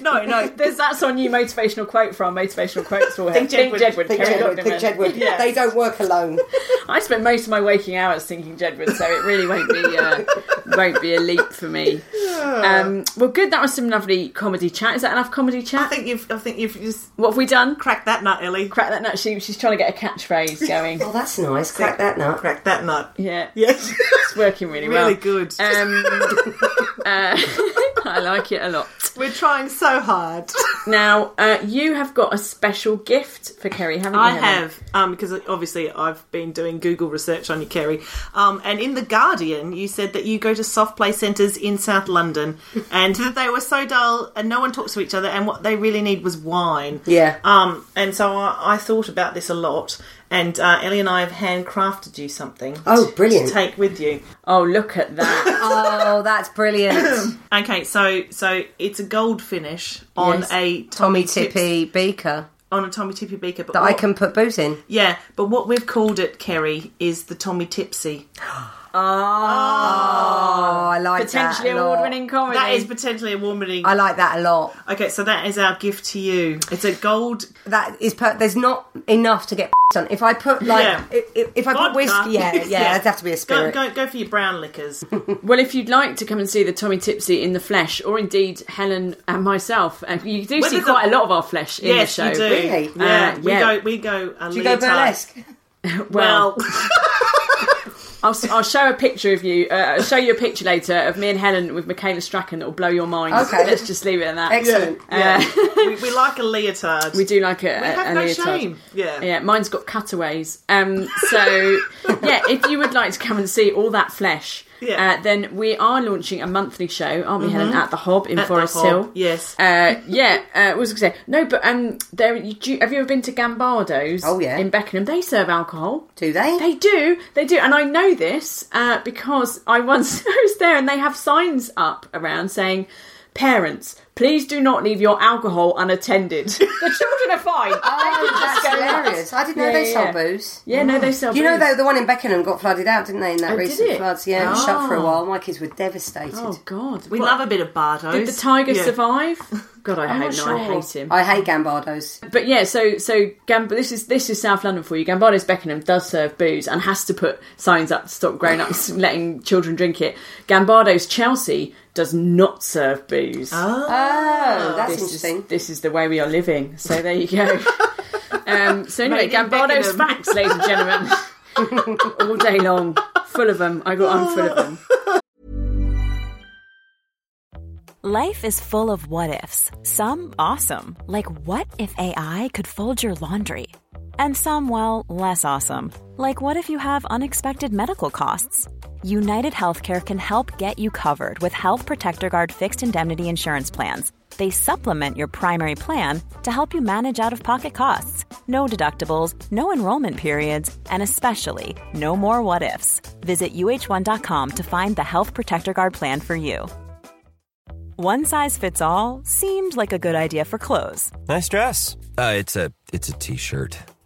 Speaker 2: No, no.
Speaker 1: There's that's on you motivational quote from motivational quotes for
Speaker 2: Think
Speaker 1: Think
Speaker 2: Jedward.
Speaker 1: Jedward.
Speaker 3: Think
Speaker 1: Kerry
Speaker 3: Jedward,
Speaker 1: Godwin.
Speaker 3: think Jedward.
Speaker 1: Yes.
Speaker 3: They don't work alone.
Speaker 1: I spent most of my waking hours thinking Jedward, so it really won't be
Speaker 2: *laughs*
Speaker 1: uh, won't be a leap for me. Um, well, good. That was some lovely comedy chat. Is that enough comedy
Speaker 2: I
Speaker 1: chat?
Speaker 2: think you've. I think you've just
Speaker 1: what have we done?
Speaker 2: cracked that nut, Ellie.
Speaker 1: Crack that nut. She, she's trying to get a catchphrase
Speaker 2: *laughs*
Speaker 1: going.
Speaker 3: Oh, that's nice. Crack that nut.
Speaker 2: Cracked that nut.
Speaker 1: Yeah,
Speaker 2: Yes.
Speaker 1: it's working really, well.
Speaker 2: really good.
Speaker 1: Um, uh, *laughs* I like it a lot.
Speaker 2: *laughs* We're trying so hard. *laughs*
Speaker 1: Now, uh, you have got a special gift for Kerry, haven't you?
Speaker 2: I
Speaker 1: Helen?
Speaker 2: have, um, because obviously I've been doing Google research on you, Kerry. Um, and in The Guardian, you said that you go to soft play centres in South
Speaker 3: *laughs*
Speaker 2: London and that they were so dull and no one talks to each other and what they really need was wine.
Speaker 3: Yeah.
Speaker 2: Um, and so I, I thought about this a lot. And uh, Ellie and I have handcrafted you something.
Speaker 3: Oh,
Speaker 2: to-
Speaker 3: brilliant.
Speaker 2: To take with you.
Speaker 1: Oh, look at
Speaker 2: *laughs*
Speaker 1: that.
Speaker 3: Oh, that's brilliant.
Speaker 2: Okay, so so it's a gold finish on
Speaker 1: Yes.
Speaker 2: a
Speaker 3: Tommy
Speaker 2: Tips-
Speaker 3: Tippy beaker
Speaker 2: on a Tommy Tippy beaker, but
Speaker 3: that I
Speaker 2: what-
Speaker 3: can put booze in.
Speaker 2: Yeah, but what we've called it, Kerry, is the Tommy Tipsy.
Speaker 3: Oh, I like
Speaker 1: Potentially
Speaker 3: that a lot.
Speaker 1: award-winning comedy.
Speaker 2: That is potentially a warming.
Speaker 3: I like that a lot.
Speaker 2: Okay, so that is our gift to you. It's a gold.
Speaker 3: That is per- there's not enough to get *laughs* done. If I put like
Speaker 2: Yeah.
Speaker 3: i- i- if, I put
Speaker 2: Vodka.
Speaker 3: whiskey, yeah, yeah, that'd have to be a
Speaker 2: Go,
Speaker 3: spirit.
Speaker 2: go, go for your brown liquors.
Speaker 1: Well, if you'd like to come and see the Tommy Tipsy in the flesh, or indeed Helen and myself, and you do
Speaker 2: Well,
Speaker 1: see
Speaker 2: there's
Speaker 1: quite a
Speaker 2: a-
Speaker 1: lot of our flesh in
Speaker 2: yes,
Speaker 1: the show.
Speaker 2: you do.
Speaker 3: Really?
Speaker 2: Yeah,
Speaker 1: Uh,
Speaker 2: we
Speaker 1: yeah.
Speaker 2: go. We go. A
Speaker 3: Do you go burlesque?
Speaker 1: Well,
Speaker 2: *laughs*
Speaker 1: *laughs* I'll, s- I'll show a picture of you. Uh, I'll show you a picture later of me and Helen with Michaela Strachan that will blow your mind.
Speaker 3: Okay.
Speaker 1: let's just leave it at that.
Speaker 3: Excellent.
Speaker 2: we, we like a leotard.
Speaker 1: We do like a, a,
Speaker 2: have
Speaker 1: a
Speaker 2: no
Speaker 1: leotard.
Speaker 2: shame. Yeah.
Speaker 1: yeah. Mine's got cutaways. Um,
Speaker 2: *laughs*
Speaker 1: so yeah, if you would like to come and see all that flesh,
Speaker 2: Yeah. Mm-hmm.
Speaker 1: uh, then we are launching a monthly show, aren't we, Helen, at the Hob in
Speaker 2: At the
Speaker 1: Forest
Speaker 2: Hob,
Speaker 1: Hill?
Speaker 2: yes.
Speaker 1: Uh, yeah. Uh, what was I going to say? No, but um, there. You, do, you- have you ever been to Gambardo's?
Speaker 3: Oh, yeah.
Speaker 1: In Beckenham, they serve alcohol.
Speaker 3: Do they?
Speaker 1: They do, they do, and I know this uh, because I once *laughs* was there, and they have signs up around saying, "Parents, please do not leave your alcohol
Speaker 3: *laughs*
Speaker 1: unattended." the children are fine. They
Speaker 3: Oh,
Speaker 1: can just
Speaker 3: that's
Speaker 1: go nuts.
Speaker 3: hilarious. I didn't know
Speaker 1: Yeah,
Speaker 3: they
Speaker 1: yeah,
Speaker 3: sold
Speaker 1: yeah.
Speaker 3: booze.
Speaker 1: Yeah, no, they sell.
Speaker 3: You know,
Speaker 1: booze.
Speaker 3: though, the one in Beckenham got flooded out, didn't they, in that
Speaker 1: Oh, did
Speaker 3: recent
Speaker 1: it?
Speaker 3: floods? Yeah, it was shut for a
Speaker 1: Oh.
Speaker 3: while. My kids were devastated.
Speaker 1: Oh God,
Speaker 2: We
Speaker 1: What?
Speaker 2: love a bit of Bardos.
Speaker 1: Did the tiger
Speaker 2: Yeah.
Speaker 1: survive? God, I hope not.
Speaker 2: not
Speaker 1: I
Speaker 2: sure.
Speaker 1: hate him.
Speaker 3: I hate Gambardos. Oh,
Speaker 1: But yeah, so so Gamb- this is this is South London for you. Gambardo's Beckenham does serve booze and has to put signs up to stop grown ups *laughs* letting children drink it. Gambardo's Chelsea does not serve booze.
Speaker 3: Oh, that's
Speaker 1: this
Speaker 3: interesting.
Speaker 1: Is, this is the way we are living. So there you
Speaker 2: *laughs*
Speaker 1: go. um, so anyway,
Speaker 2: Made in
Speaker 1: Gambardo's
Speaker 2: Beckenham.
Speaker 1: facts, ladies and gentlemen,
Speaker 2: *laughs*
Speaker 1: all day long, full of them. I got I'm full of them.
Speaker 4: Life is full of what ifs. Some awesome, like what if AI could fold your laundry? And some, well, less awesome, like what if you have unexpected medical costs? United Healthcare can help get you covered with Health Protector Guard fixed indemnity insurance plans. They supplement your primary plan to help you manage out of pocket costs. No deductibles, no enrollment periods, and especially no more what ifs. Visit uh1.com to find the Health Protector Guard plan for you. One size fits all seemed like a good idea for clothes
Speaker 5: Nice dress. Uh, it's a it's a t-shirt.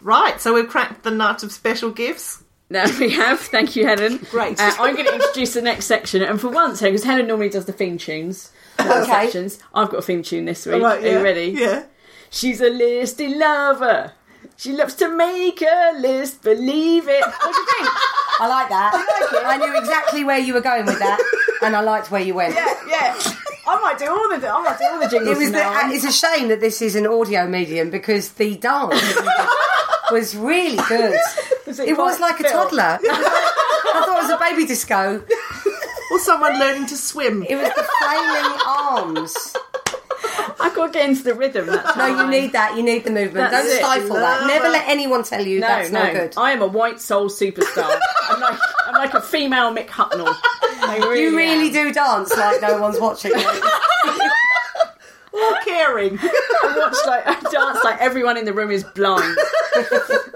Speaker 2: Right, so we've cracked the nut of special gifts.
Speaker 1: There we have. Thank you, Helen.
Speaker 2: Great.
Speaker 1: Uh, I'm going to introduce the next section, and for once, because Helen normally does the theme tunes. Okay. Sections. I've got a theme tune this week.
Speaker 2: Right,
Speaker 1: Are
Speaker 2: yeah,
Speaker 1: you ready?
Speaker 2: Yeah.
Speaker 1: She's a listy lover. She loves to make a list. Believe it. What do you
Speaker 3: *laughs*
Speaker 1: think?
Speaker 3: I like that. I knew exactly where you were going with that, and I liked where you went.
Speaker 1: yeah. I might
Speaker 2: do all the I might do all the jingles
Speaker 3: It was the,
Speaker 2: now.
Speaker 3: uh, it's a shame that this is an audio medium because the dance
Speaker 1: *laughs*
Speaker 3: was really good.
Speaker 1: it
Speaker 3: it was
Speaker 1: quite
Speaker 3: like a
Speaker 1: Phil? *laughs*
Speaker 3: toddler. *laughs* It was like- I thought it was a baby disco.
Speaker 2: or someone learning to swim.
Speaker 3: It was the flailing arms.
Speaker 1: I got to get into the rhythm. That's
Speaker 3: No,
Speaker 1: how
Speaker 3: you
Speaker 1: I-
Speaker 3: need that. You need the movement.
Speaker 1: That's
Speaker 3: Don't
Speaker 1: it.
Speaker 3: stifle that.
Speaker 2: Love
Speaker 3: Never
Speaker 2: it.
Speaker 3: let anyone tell you
Speaker 1: No,
Speaker 3: that's
Speaker 1: no.
Speaker 3: not good.
Speaker 1: I am a white soul superstar. I'm like I'm like a female Mick Hucknall. I really
Speaker 3: you really
Speaker 1: am.
Speaker 3: do dance like no one's watching.
Speaker 2: Or caring.
Speaker 1: I watch like I dance like everyone in the room is
Speaker 2: *laughs*
Speaker 1: blind.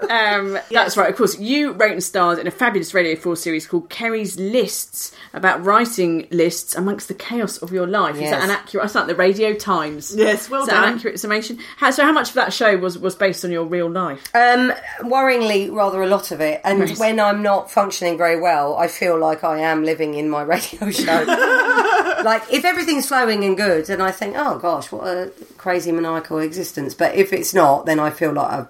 Speaker 1: um, That's right. Of course, you wrote and starred in a fabulous Radio Four series called Kerry's Lists about writing lists amongst the chaos of your life. Is that
Speaker 3: Yes.
Speaker 1: an accurate? That's like the Radio Times.
Speaker 2: Yes, well
Speaker 1: Is that
Speaker 2: done.
Speaker 1: An accurate summation. How, so, how much of that show was was based on your real life?
Speaker 2: Uh,
Speaker 3: Um, worryingly, rather a lot of it. And when I'm not functioning very well, I feel like I am living in my *laughs* radio show. like if everything's flowing and good, then I think, oh gosh, what a crazy maniacal existence. But if it's not, then I feel like I've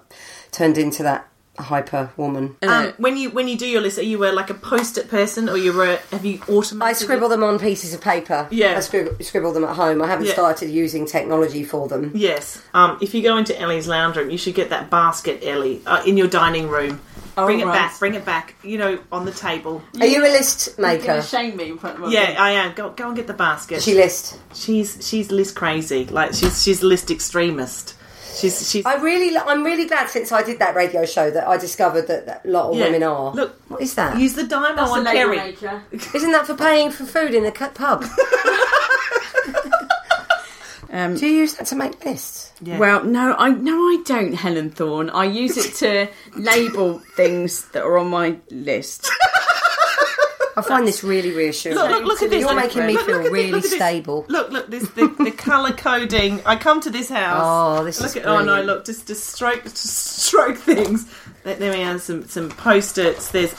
Speaker 3: turned into that hyper woman.
Speaker 2: Um, when you when you do your list, are you were like a post-it person, or you were have you automated?
Speaker 3: I scribble
Speaker 2: it?
Speaker 3: them on pieces of paper.
Speaker 2: Yeah.
Speaker 3: I scribble, scribble them at home. I haven't
Speaker 2: Yeah.
Speaker 3: started using technology for them.
Speaker 2: Yes. Um, if you go into Ellie's lounge room, you should get that basket, Ellie, uh, in your dining room. bring it
Speaker 1: right.
Speaker 2: back. Bring it back. You know, on the table.
Speaker 3: Are you a list maker?
Speaker 1: shame me in front of
Speaker 2: Yeah, I am. Go go and get the basket.
Speaker 3: She list.
Speaker 2: she's she's list crazy. Like she's she's list extremist. She's she's.
Speaker 3: I really, li- I'm really glad since I did that radio show that I discovered that, that a lot of
Speaker 2: Yeah.
Speaker 3: women are.
Speaker 2: Look,
Speaker 3: what is that?
Speaker 2: Use the dime on Kerry.
Speaker 3: Isn't that for paying for food in a cu- pub?
Speaker 2: *laughs*
Speaker 3: Um, Do you use that to make lists?
Speaker 1: Well, no, I no, I don't, Helen Thorne. I use it to label things that are on my list.
Speaker 3: I find this really reassuring.
Speaker 2: Look, look, look at this.
Speaker 3: You're making me
Speaker 2: Look,
Speaker 3: feel
Speaker 2: look at this,
Speaker 3: really
Speaker 2: look at this.
Speaker 3: stable.
Speaker 2: Look, look, this the, the colour coding. I come to this house.
Speaker 3: Oh, this
Speaker 2: look
Speaker 3: is
Speaker 2: at, Oh no,
Speaker 3: brilliant.
Speaker 2: look, just just stroke, just stroke things. Let There we have some some post its. There's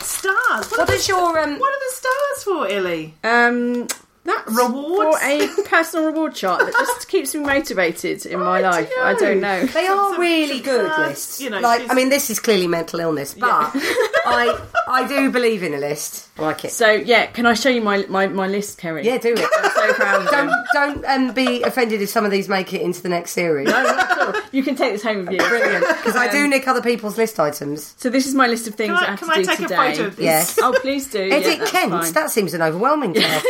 Speaker 2: stars. What,
Speaker 3: What
Speaker 2: are the,
Speaker 3: is your um?
Speaker 2: What are the stars for, Ellie?
Speaker 1: Um, that's
Speaker 2: Rewards?
Speaker 1: for a personal reward chart that just keeps me motivated in my life.
Speaker 2: Rightio.
Speaker 1: I don't know.
Speaker 3: They are
Speaker 2: some
Speaker 3: really good
Speaker 2: cards,
Speaker 3: lists.
Speaker 2: you know,
Speaker 3: like
Speaker 2: she's-
Speaker 3: I mean, this is clearly mental illness, but
Speaker 2: *laughs*
Speaker 3: I I do believe in a list. I like it.
Speaker 1: So yeah, can I show you my my, my list, Kerry?
Speaker 3: yeah, do
Speaker 2: *laughs*
Speaker 3: it.
Speaker 1: So proud. Of you.
Speaker 3: don't don't um, be offended if some of these make it into the next series.
Speaker 1: you can take this home with you.
Speaker 3: Brilliant, because I
Speaker 1: Um,
Speaker 3: do nick other people's list items.
Speaker 1: So this is my list of things
Speaker 2: Can I-
Speaker 1: I, have
Speaker 2: can
Speaker 1: to
Speaker 2: I
Speaker 1: do
Speaker 2: take a
Speaker 1: today.
Speaker 2: photo of this?
Speaker 3: Yes.
Speaker 1: Oh, please do. Yeah,
Speaker 3: Edit
Speaker 1: that's
Speaker 3: Kent.
Speaker 1: fine.
Speaker 3: That seems an
Speaker 1: *laughs*
Speaker 3: overwhelming task.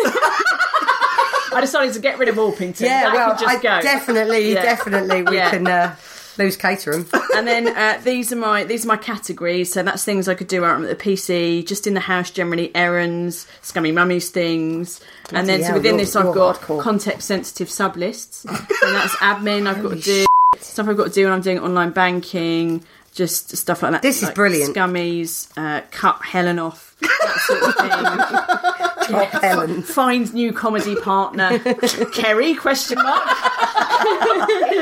Speaker 1: I decided to get rid of Orpington.
Speaker 3: yeah,
Speaker 1: that
Speaker 3: well,
Speaker 1: could just
Speaker 3: I
Speaker 1: go.
Speaker 3: definitely,
Speaker 1: Yeah.
Speaker 3: definitely, we
Speaker 1: Yeah.
Speaker 3: can uh, lose catering.
Speaker 1: and then uh, these are my these are my categories. So that's things I could do out at the PC, just in the house generally, errands, scummy mummies things, and then so
Speaker 3: hell,
Speaker 1: within
Speaker 3: you're-
Speaker 1: this I've
Speaker 3: you're
Speaker 1: got
Speaker 3: hardcore.
Speaker 1: context sensitive
Speaker 3: *laughs*
Speaker 1: sublists, and that's admin I've got to do stuff I've got to do, and I'm doing online banking, just stuff like that.
Speaker 3: This is
Speaker 1: like
Speaker 3: brilliant.
Speaker 1: Scummies, uh, cut Helen off. That sort of thing.
Speaker 3: *laughs* Top Helen.
Speaker 1: Find new comedy
Speaker 3: *laughs*
Speaker 1: partner, Kerry? Question mark. *laughs*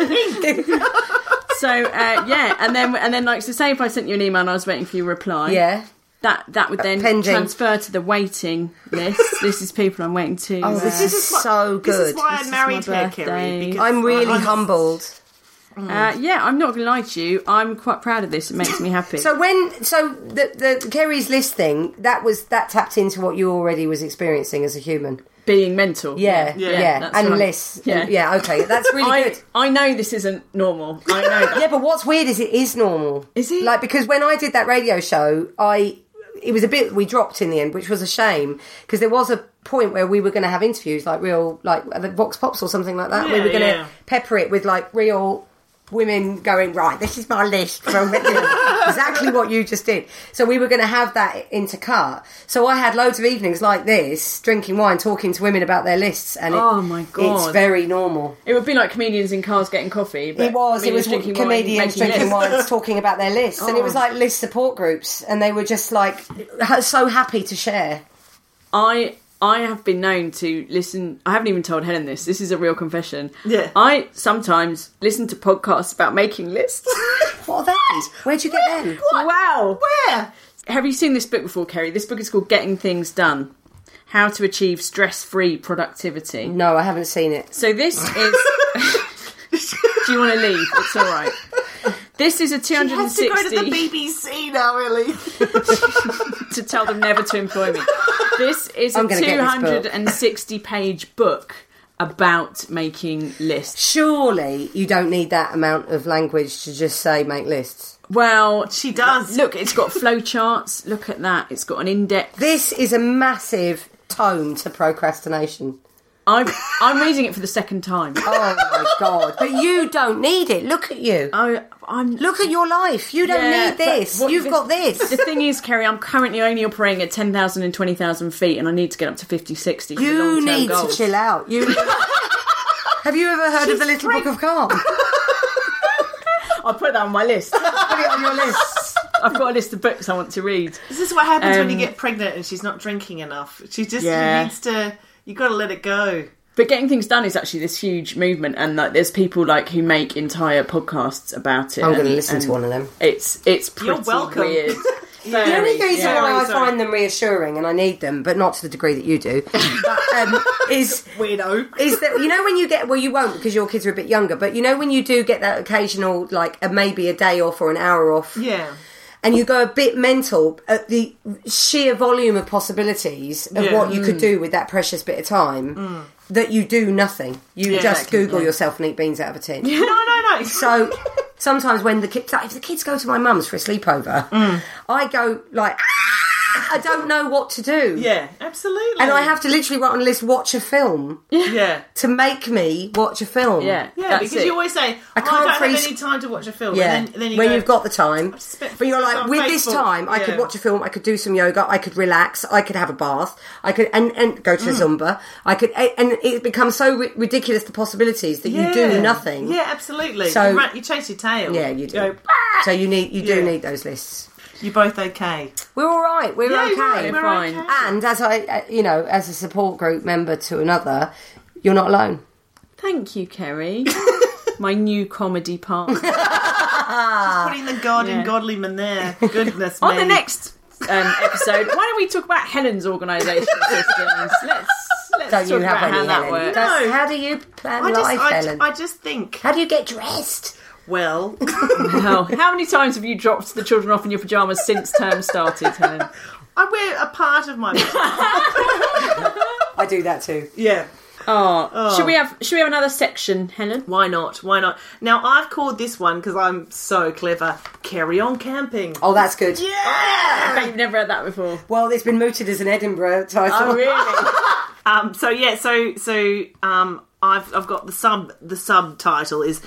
Speaker 1: So uh, yeah, and then and then like so say if I sent you an email and I was waiting for your reply.
Speaker 3: Yeah.
Speaker 1: That that would then
Speaker 3: Pending.
Speaker 1: transfer to the waiting
Speaker 3: *laughs*
Speaker 1: list. this is people I'm waiting to.
Speaker 3: Oh, this
Speaker 1: uh,
Speaker 3: is so
Speaker 2: This
Speaker 3: good.
Speaker 2: is
Speaker 1: This
Speaker 2: why I
Speaker 1: is
Speaker 2: married
Speaker 1: my
Speaker 2: her, Kerry.
Speaker 1: birthday.
Speaker 2: because
Speaker 3: I'm really
Speaker 2: I- I-
Speaker 3: humbled.
Speaker 1: uh, yeah, I'm not gonna lie to you. I'm quite proud of this. It makes me happy.
Speaker 3: So when so the the Kerry's list thing that was that tapped into what you already was experiencing as a human.
Speaker 1: being mental.
Speaker 3: Yeah, yeah,
Speaker 1: that's
Speaker 3: and
Speaker 1: right.
Speaker 3: lists.
Speaker 1: Yeah.
Speaker 3: Yeah, yeah. Okay, that's really
Speaker 1: I,
Speaker 3: good.
Speaker 1: I know this isn't normal. I know
Speaker 3: *laughs*
Speaker 1: that.
Speaker 3: Yeah, but what's weird is it is normal.
Speaker 1: Is it?
Speaker 3: Like because when I did that radio show, I it was a bit we dropped in the end, which was a shame because there was a point where we were going to have interviews like real like the Vox Pops or something like that. we
Speaker 2: Yeah,
Speaker 3: were going to
Speaker 2: yeah.
Speaker 3: pepper it with like real women going right this is my list from exactly what you just did so we were going to have that intercut so i had loads of evenings like this drinking wine talking to women about their lists and it-
Speaker 1: Oh, my
Speaker 3: it's
Speaker 1: God.
Speaker 3: very normal
Speaker 1: It would be like comedians in cars getting coffee. But
Speaker 3: it was. It
Speaker 1: comedians
Speaker 3: was
Speaker 1: drinking wine,
Speaker 3: comedians
Speaker 1: making
Speaker 3: drinking
Speaker 1: lists.
Speaker 3: wines talking about their lists, and
Speaker 1: Oh.
Speaker 3: it was like list support groups, and they were just like ha- so happy to share.
Speaker 1: I I have been known to listen. I haven't even told Helen this. This is a real confession.
Speaker 2: Yeah.
Speaker 1: I sometimes listen to podcasts about making lists.
Speaker 3: What are they? Where'd you get them?
Speaker 1: Wow.
Speaker 2: Where?
Speaker 1: Have you seen this book before, Kerry? This book is called Getting Things Done: How to Achieve Stress-Free Productivity.
Speaker 3: No, I haven't seen it.
Speaker 1: So this is. *laughs* Do you want to leave? It's all right. This is a
Speaker 2: She has to
Speaker 1: 260
Speaker 2: go to the BBC now, Ellie. *laughs*
Speaker 1: to tell them never to employ me. This is
Speaker 3: I'm
Speaker 1: a
Speaker 3: gonna get this book.
Speaker 1: 260 page book about making lists.
Speaker 3: Surely you don't need that amount of language to just say make lists.
Speaker 1: Well,
Speaker 2: She does.
Speaker 1: look, it's got flowcharts. Look at that. It's got an index.
Speaker 3: This is a massive tome to procrastination.
Speaker 1: I'm I'm reading it for the second time. *laughs*
Speaker 3: Oh my god! But you don't need it. Look at you.
Speaker 1: I, I'm
Speaker 3: Look at your life. You don't
Speaker 1: Yeah,
Speaker 3: need
Speaker 1: but
Speaker 3: this.
Speaker 1: what-
Speaker 3: You've got
Speaker 1: The *laughs*
Speaker 3: this.
Speaker 1: thing is, Kerry, I'm currently only operating at 10,000 and 20,000 feet, and I need to get up to 50, 60. for the
Speaker 3: You
Speaker 1: long-term
Speaker 3: need to
Speaker 1: goals.
Speaker 3: chill
Speaker 1: *laughs*
Speaker 3: out. You. Have you ever heard of the Little Book of Calm?
Speaker 1: I'll put that on my list.
Speaker 3: Put it
Speaker 1: *laughs*
Speaker 3: on your list.
Speaker 1: I've got a list of books I want to read.
Speaker 2: This is what happens when you
Speaker 1: Um,
Speaker 2: get pregnant and she's not drinking enough. She just
Speaker 1: Yeah.
Speaker 2: needs to. You got to let it go.
Speaker 1: But getting things done is actually this huge movement, and like, there's people like who make entire podcasts about it.
Speaker 3: I'm going
Speaker 1: and-
Speaker 3: to listen
Speaker 1: and
Speaker 3: to one of them.
Speaker 1: It's it's pretty
Speaker 2: You're welcome.
Speaker 1: weird.
Speaker 3: The
Speaker 1: Very,
Speaker 3: only reason
Speaker 1: yeah.
Speaker 3: why I
Speaker 2: Sorry, sorry.
Speaker 3: find them reassuring, and I need them, but not to the degree that you do, but,
Speaker 2: *laughs*
Speaker 3: um, is
Speaker 2: Weirdo.
Speaker 3: is that you know when you get well you won't because your kids are a bit younger but you know when you do get that occasional like a, maybe a day off or an hour off
Speaker 2: Yeah.
Speaker 3: and you go a bit mental at the sheer volume of possibilities of
Speaker 2: Yeah. Mm.
Speaker 3: what you could do with that precious bit of time that you do nothing you just
Speaker 1: exactly,
Speaker 3: google
Speaker 1: yeah.
Speaker 3: yourself and eat beans out of a tin
Speaker 2: No, no, no.
Speaker 3: so sometimes when the kids like, if the kids go to my mum's for a sleepover
Speaker 2: Mm.
Speaker 3: i go like "Ah, i don't know what to do
Speaker 2: Yeah, absolutely.
Speaker 3: and i have to literally write on a list watch a film
Speaker 2: Yeah.
Speaker 3: to make me watch a film
Speaker 1: Yeah,
Speaker 2: Yeah,
Speaker 1: that's
Speaker 2: because
Speaker 1: it.
Speaker 2: you always say, "Oh, I,
Speaker 3: can't
Speaker 2: I don't
Speaker 3: freeze-
Speaker 2: have any time to watch a film.
Speaker 3: Yeah.
Speaker 2: And then, then you
Speaker 3: when
Speaker 2: go,
Speaker 3: you've got the time.
Speaker 2: just spent
Speaker 3: But you're like,
Speaker 2: on
Speaker 3: with this
Speaker 2: Facebook.
Speaker 3: time, I could
Speaker 2: Yeah.
Speaker 3: watch a film, I could do some yoga, I could relax, I could have a bath, I could and, and go to
Speaker 2: Mm.
Speaker 3: the Zumba. I could, a- and it becomes so ri- ridiculous the possibilities that you do
Speaker 2: Yeah.
Speaker 3: nothing.
Speaker 2: Yeah, absolutely.
Speaker 3: So-
Speaker 2: you, run, you chase your tail.
Speaker 3: Yeah, you do.
Speaker 2: go,
Speaker 3: So you need, you do
Speaker 2: Yeah.
Speaker 3: need those lists.
Speaker 2: You're both okay.
Speaker 3: We're all right. We're
Speaker 2: Yeah,
Speaker 3: okay.
Speaker 2: you're right, we're
Speaker 1: fine.
Speaker 2: okay.
Speaker 3: And as I, uh, you know, as a support group member to another, you're not alone.
Speaker 1: Thank you, *laughs* Kerry. My new comedy partner.
Speaker 3: Ah,
Speaker 2: Putting the God and
Speaker 1: Yeah.
Speaker 2: godly man
Speaker 3: *laughs*
Speaker 2: there. Goodness
Speaker 1: *laughs*
Speaker 2: me.
Speaker 1: On the next um, episode, why don't we talk about Helen's organisation systems? Let's let's
Speaker 3: Don't
Speaker 1: talk
Speaker 3: you have
Speaker 1: about
Speaker 3: any,
Speaker 1: how that
Speaker 3: Helen?
Speaker 1: works.
Speaker 3: Don't-
Speaker 2: No.
Speaker 3: How do you plan
Speaker 2: I just,
Speaker 3: life,
Speaker 2: I,
Speaker 3: Helen?
Speaker 2: I just think,
Speaker 3: how do you get dressed?
Speaker 2: well,
Speaker 1: Hell, how many times have you dropped the children off in your pajamas since term started, Helen?
Speaker 2: I wear a part of my.
Speaker 3: *laughs* I do that too.
Speaker 2: yeah.
Speaker 3: Oh.
Speaker 1: Should we have should we have another section, Helen?
Speaker 2: Why not? Why not? Now, I've called this one because I'm so clever. Carry on camping.
Speaker 3: Oh, that's good.
Speaker 1: I bet you've never heard that before. Oh,
Speaker 3: Well, it's been mooted as an Edinburgh title.
Speaker 1: really?
Speaker 2: Um, so yeah, so so um, I've I've got the sub the subtitle is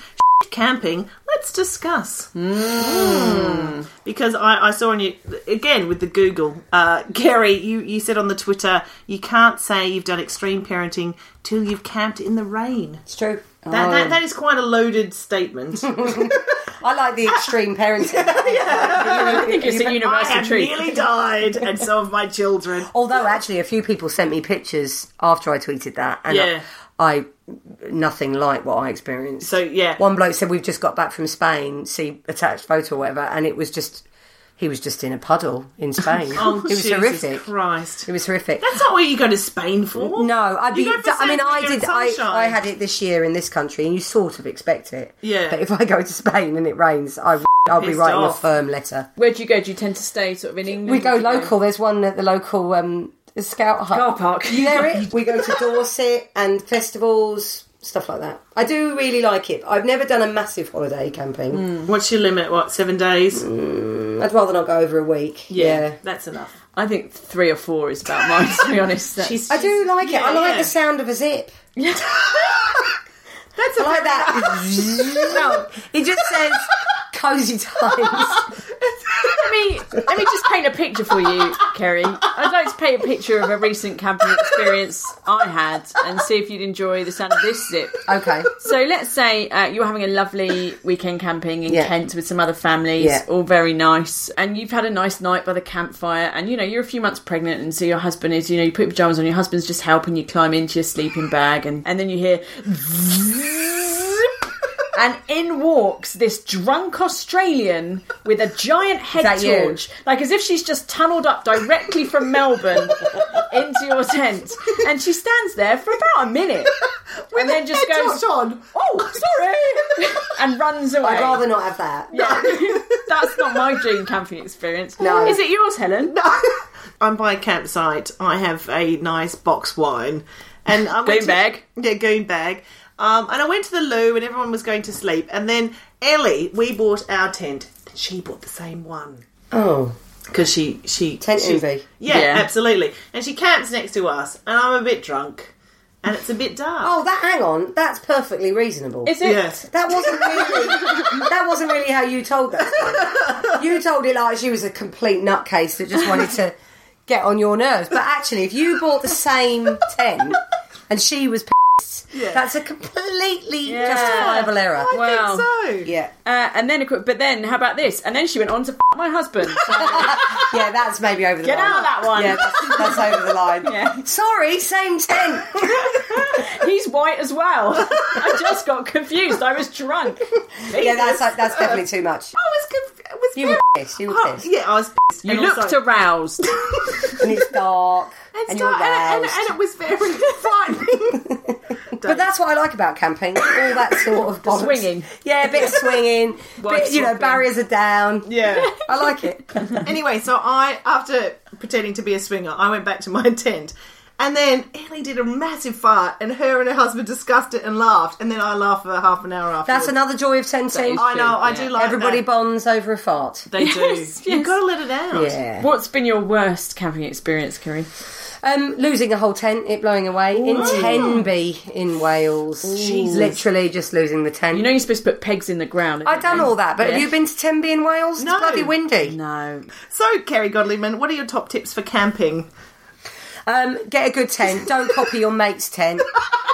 Speaker 2: camping. Let's discuss Hmm. because I, I saw on you again with the Google uh, *laughs* Gary. You you said on the Twitter you can't say you've done extreme parenting till you've camped in the rain.
Speaker 3: It's true.
Speaker 2: That, that, that is quite a loaded
Speaker 3: *laughs*
Speaker 2: statement.
Speaker 3: Oh. I like the extreme *laughs* parenting.
Speaker 1: I think it's a
Speaker 2: I
Speaker 1: universal
Speaker 2: have
Speaker 1: truth.
Speaker 2: nearly
Speaker 3: *laughs*
Speaker 2: died, and so have my children.
Speaker 3: Although, actually, a few people sent me pictures after I tweeted that, and
Speaker 2: Yeah.
Speaker 3: I, I nothing like what I experienced.
Speaker 2: So, yeah.
Speaker 3: one bloke said we've just got back from Spain. See attached photo or whatever, and it was just he was just in a puddle in Spain.
Speaker 2: *laughs* Oh,
Speaker 3: it was
Speaker 2: Jesus
Speaker 3: horrific.
Speaker 2: Christ.
Speaker 3: It was horrific.
Speaker 2: That's not where you go to Spain for.
Speaker 3: no, I'd be.
Speaker 2: You go for
Speaker 3: I mean, I
Speaker 2: Sanrio and
Speaker 3: did. I,
Speaker 2: sunshine.
Speaker 3: I had it this year in this country, and you sort of expect it.
Speaker 2: Yeah.
Speaker 3: But if I go to Spain and it rains, I, I'll be
Speaker 2: Pissed
Speaker 3: writing a
Speaker 2: off.
Speaker 3: firm letter.
Speaker 1: Where do you go? Do you tend to stay sort of in England?
Speaker 3: We go
Speaker 1: Do you
Speaker 3: local. There's one at the local um, scout hut.
Speaker 1: Car park.
Speaker 3: You
Speaker 2: *laughs*
Speaker 3: there it? We go to Dorset and festivals, stuff like that. I do really like it. I've never done a massive holiday camping.
Speaker 2: What's your limit? What, seven days?
Speaker 3: I'd rather not go over a week. Yeah.
Speaker 2: That's enough.
Speaker 1: I think three or four is about mine. To be honest,
Speaker 3: *laughs*
Speaker 1: That's-
Speaker 3: I do like it. I
Speaker 2: Yeah,
Speaker 3: like
Speaker 2: yeah.
Speaker 3: the sound of a zip.
Speaker 2: That's
Speaker 3: I
Speaker 2: a
Speaker 3: like
Speaker 2: very
Speaker 1: *laughs*
Speaker 3: that. no, it just says cozy
Speaker 1: *laughs*
Speaker 3: times.
Speaker 1: Let me let me just paint a picture for you, Kerry. I'd like to paint a picture of a recent camping experience I had and see if you'd enjoy the sound of this zip.
Speaker 3: okay.
Speaker 1: So let's say uh, you're having a lovely weekend camping in
Speaker 3: Yeah.
Speaker 1: Kent with some other families,
Speaker 3: Yeah.
Speaker 1: all very nice, and you've had a nice night by the campfire, and you know you're a few months pregnant, and so your husband is, you know, you put your pajamas on, your husband's just helping you climb into your sleeping bag, and and then you hear. *laughs* And in walks this drunk Australian with a giant head
Speaker 3: that you?
Speaker 1: torch, like as if she's just tunneled up directly from Melbourne *laughs* into your tent. And she stands there for about a
Speaker 3: *laughs*
Speaker 1: minute, and then just goes,
Speaker 3: on.
Speaker 1: "Oh,
Speaker 3: *laughs*
Speaker 1: sorry," and runs away.
Speaker 3: I'd rather not have that.
Speaker 1: Yeah. *laughs* That's not my dream camping experience.
Speaker 3: No.
Speaker 1: Is it yours, Helen?
Speaker 2: I'm by a campsite. I have a nice box wine
Speaker 1: *laughs*
Speaker 2: And I went
Speaker 1: Goon
Speaker 2: to-
Speaker 1: bag.
Speaker 2: Yeah, goon bag. Um, and I went to the loo, and everyone was going to sleep. And then Ellie, we bought our tent. and She bought the same one
Speaker 3: Oh,
Speaker 2: because she she
Speaker 3: tent
Speaker 2: she-
Speaker 3: envy.
Speaker 2: Yeah,
Speaker 1: Yeah.
Speaker 2: absolutely. And she camps next to us, and I'm a bit drunk, and it's a bit dark.
Speaker 3: Oh, that. Hang on, that's perfectly reasonable.
Speaker 1: Is it?
Speaker 2: yes.
Speaker 3: That wasn't really. that wasn't really how you told that. story. You told it like she was a complete nutcase that just wanted to get on your nerves. But actually, if you bought the same ten and she was, pissed, that's a completely justifiable error.
Speaker 1: Wow.
Speaker 2: So
Speaker 3: Yeah,
Speaker 1: Uh, and then, a quick- but then, how about this? And then she went on to f- my husband. *laughs*
Speaker 3: yeah, that's maybe over the
Speaker 1: Get
Speaker 3: line.
Speaker 1: out of that one.
Speaker 3: Yeah, that's, that's over the line.
Speaker 1: Yeah.
Speaker 3: Sorry, same ten.
Speaker 1: He's white as well. I just got confused. I was drunk.
Speaker 3: yeah, that's that's definitely too much.
Speaker 1: Oh,
Speaker 2: I was conf- I was
Speaker 3: You were
Speaker 2: very-
Speaker 3: pissed. You were
Speaker 2: Oh,
Speaker 3: pissed.
Speaker 2: yeah, I was pissed.
Speaker 1: You looked
Speaker 2: around.
Speaker 1: aroused. *laughs*
Speaker 3: And it's dark.
Speaker 2: and,
Speaker 3: and
Speaker 2: start-
Speaker 3: you're
Speaker 2: and, and,
Speaker 3: aroused.
Speaker 2: and it was very frightening.
Speaker 3: But that's what I like about camping. All
Speaker 1: *coughs*
Speaker 3: that sort of bollocks.
Speaker 1: swinging.
Speaker 3: Yeah,
Speaker 1: *laughs*
Speaker 3: a bit of swinging. bit, you know,
Speaker 1: swapping.
Speaker 3: barriers are down.
Speaker 2: *laughs* yeah.
Speaker 3: I like it.
Speaker 2: Anyway, so I, after pretending to be a swinger, I went back to my *laughs* tent. And then Ellie did a massive fart, and her and her husband discussed it and laughed. And then I laughed for half an hour after.
Speaker 3: That's another joy of tenting.
Speaker 2: I know, I
Speaker 1: Yeah.
Speaker 2: do like
Speaker 3: Everybody
Speaker 2: that.
Speaker 3: bonds over a fart.
Speaker 2: They do.
Speaker 1: Yes,
Speaker 2: You've
Speaker 1: yes.
Speaker 2: got to let it out.
Speaker 3: *laughs* Yeah.
Speaker 1: What's been your worst camping experience, Kerry?
Speaker 3: Um, losing a whole tent, it blowing away in Tenby in Wales.
Speaker 2: Jesus.
Speaker 3: Literally just losing the tent.
Speaker 1: You know you're supposed to put pegs in the ground.
Speaker 3: I've done all that, but
Speaker 1: Yeah.
Speaker 3: have you been to Tenby in Wales?
Speaker 2: No.
Speaker 3: It's bloody windy.
Speaker 1: No.
Speaker 2: So, Kerry Godleyman, what are your top tips for camping?
Speaker 3: Um, get a good tent. Don't copy your mate's
Speaker 1: *laughs*
Speaker 3: tent.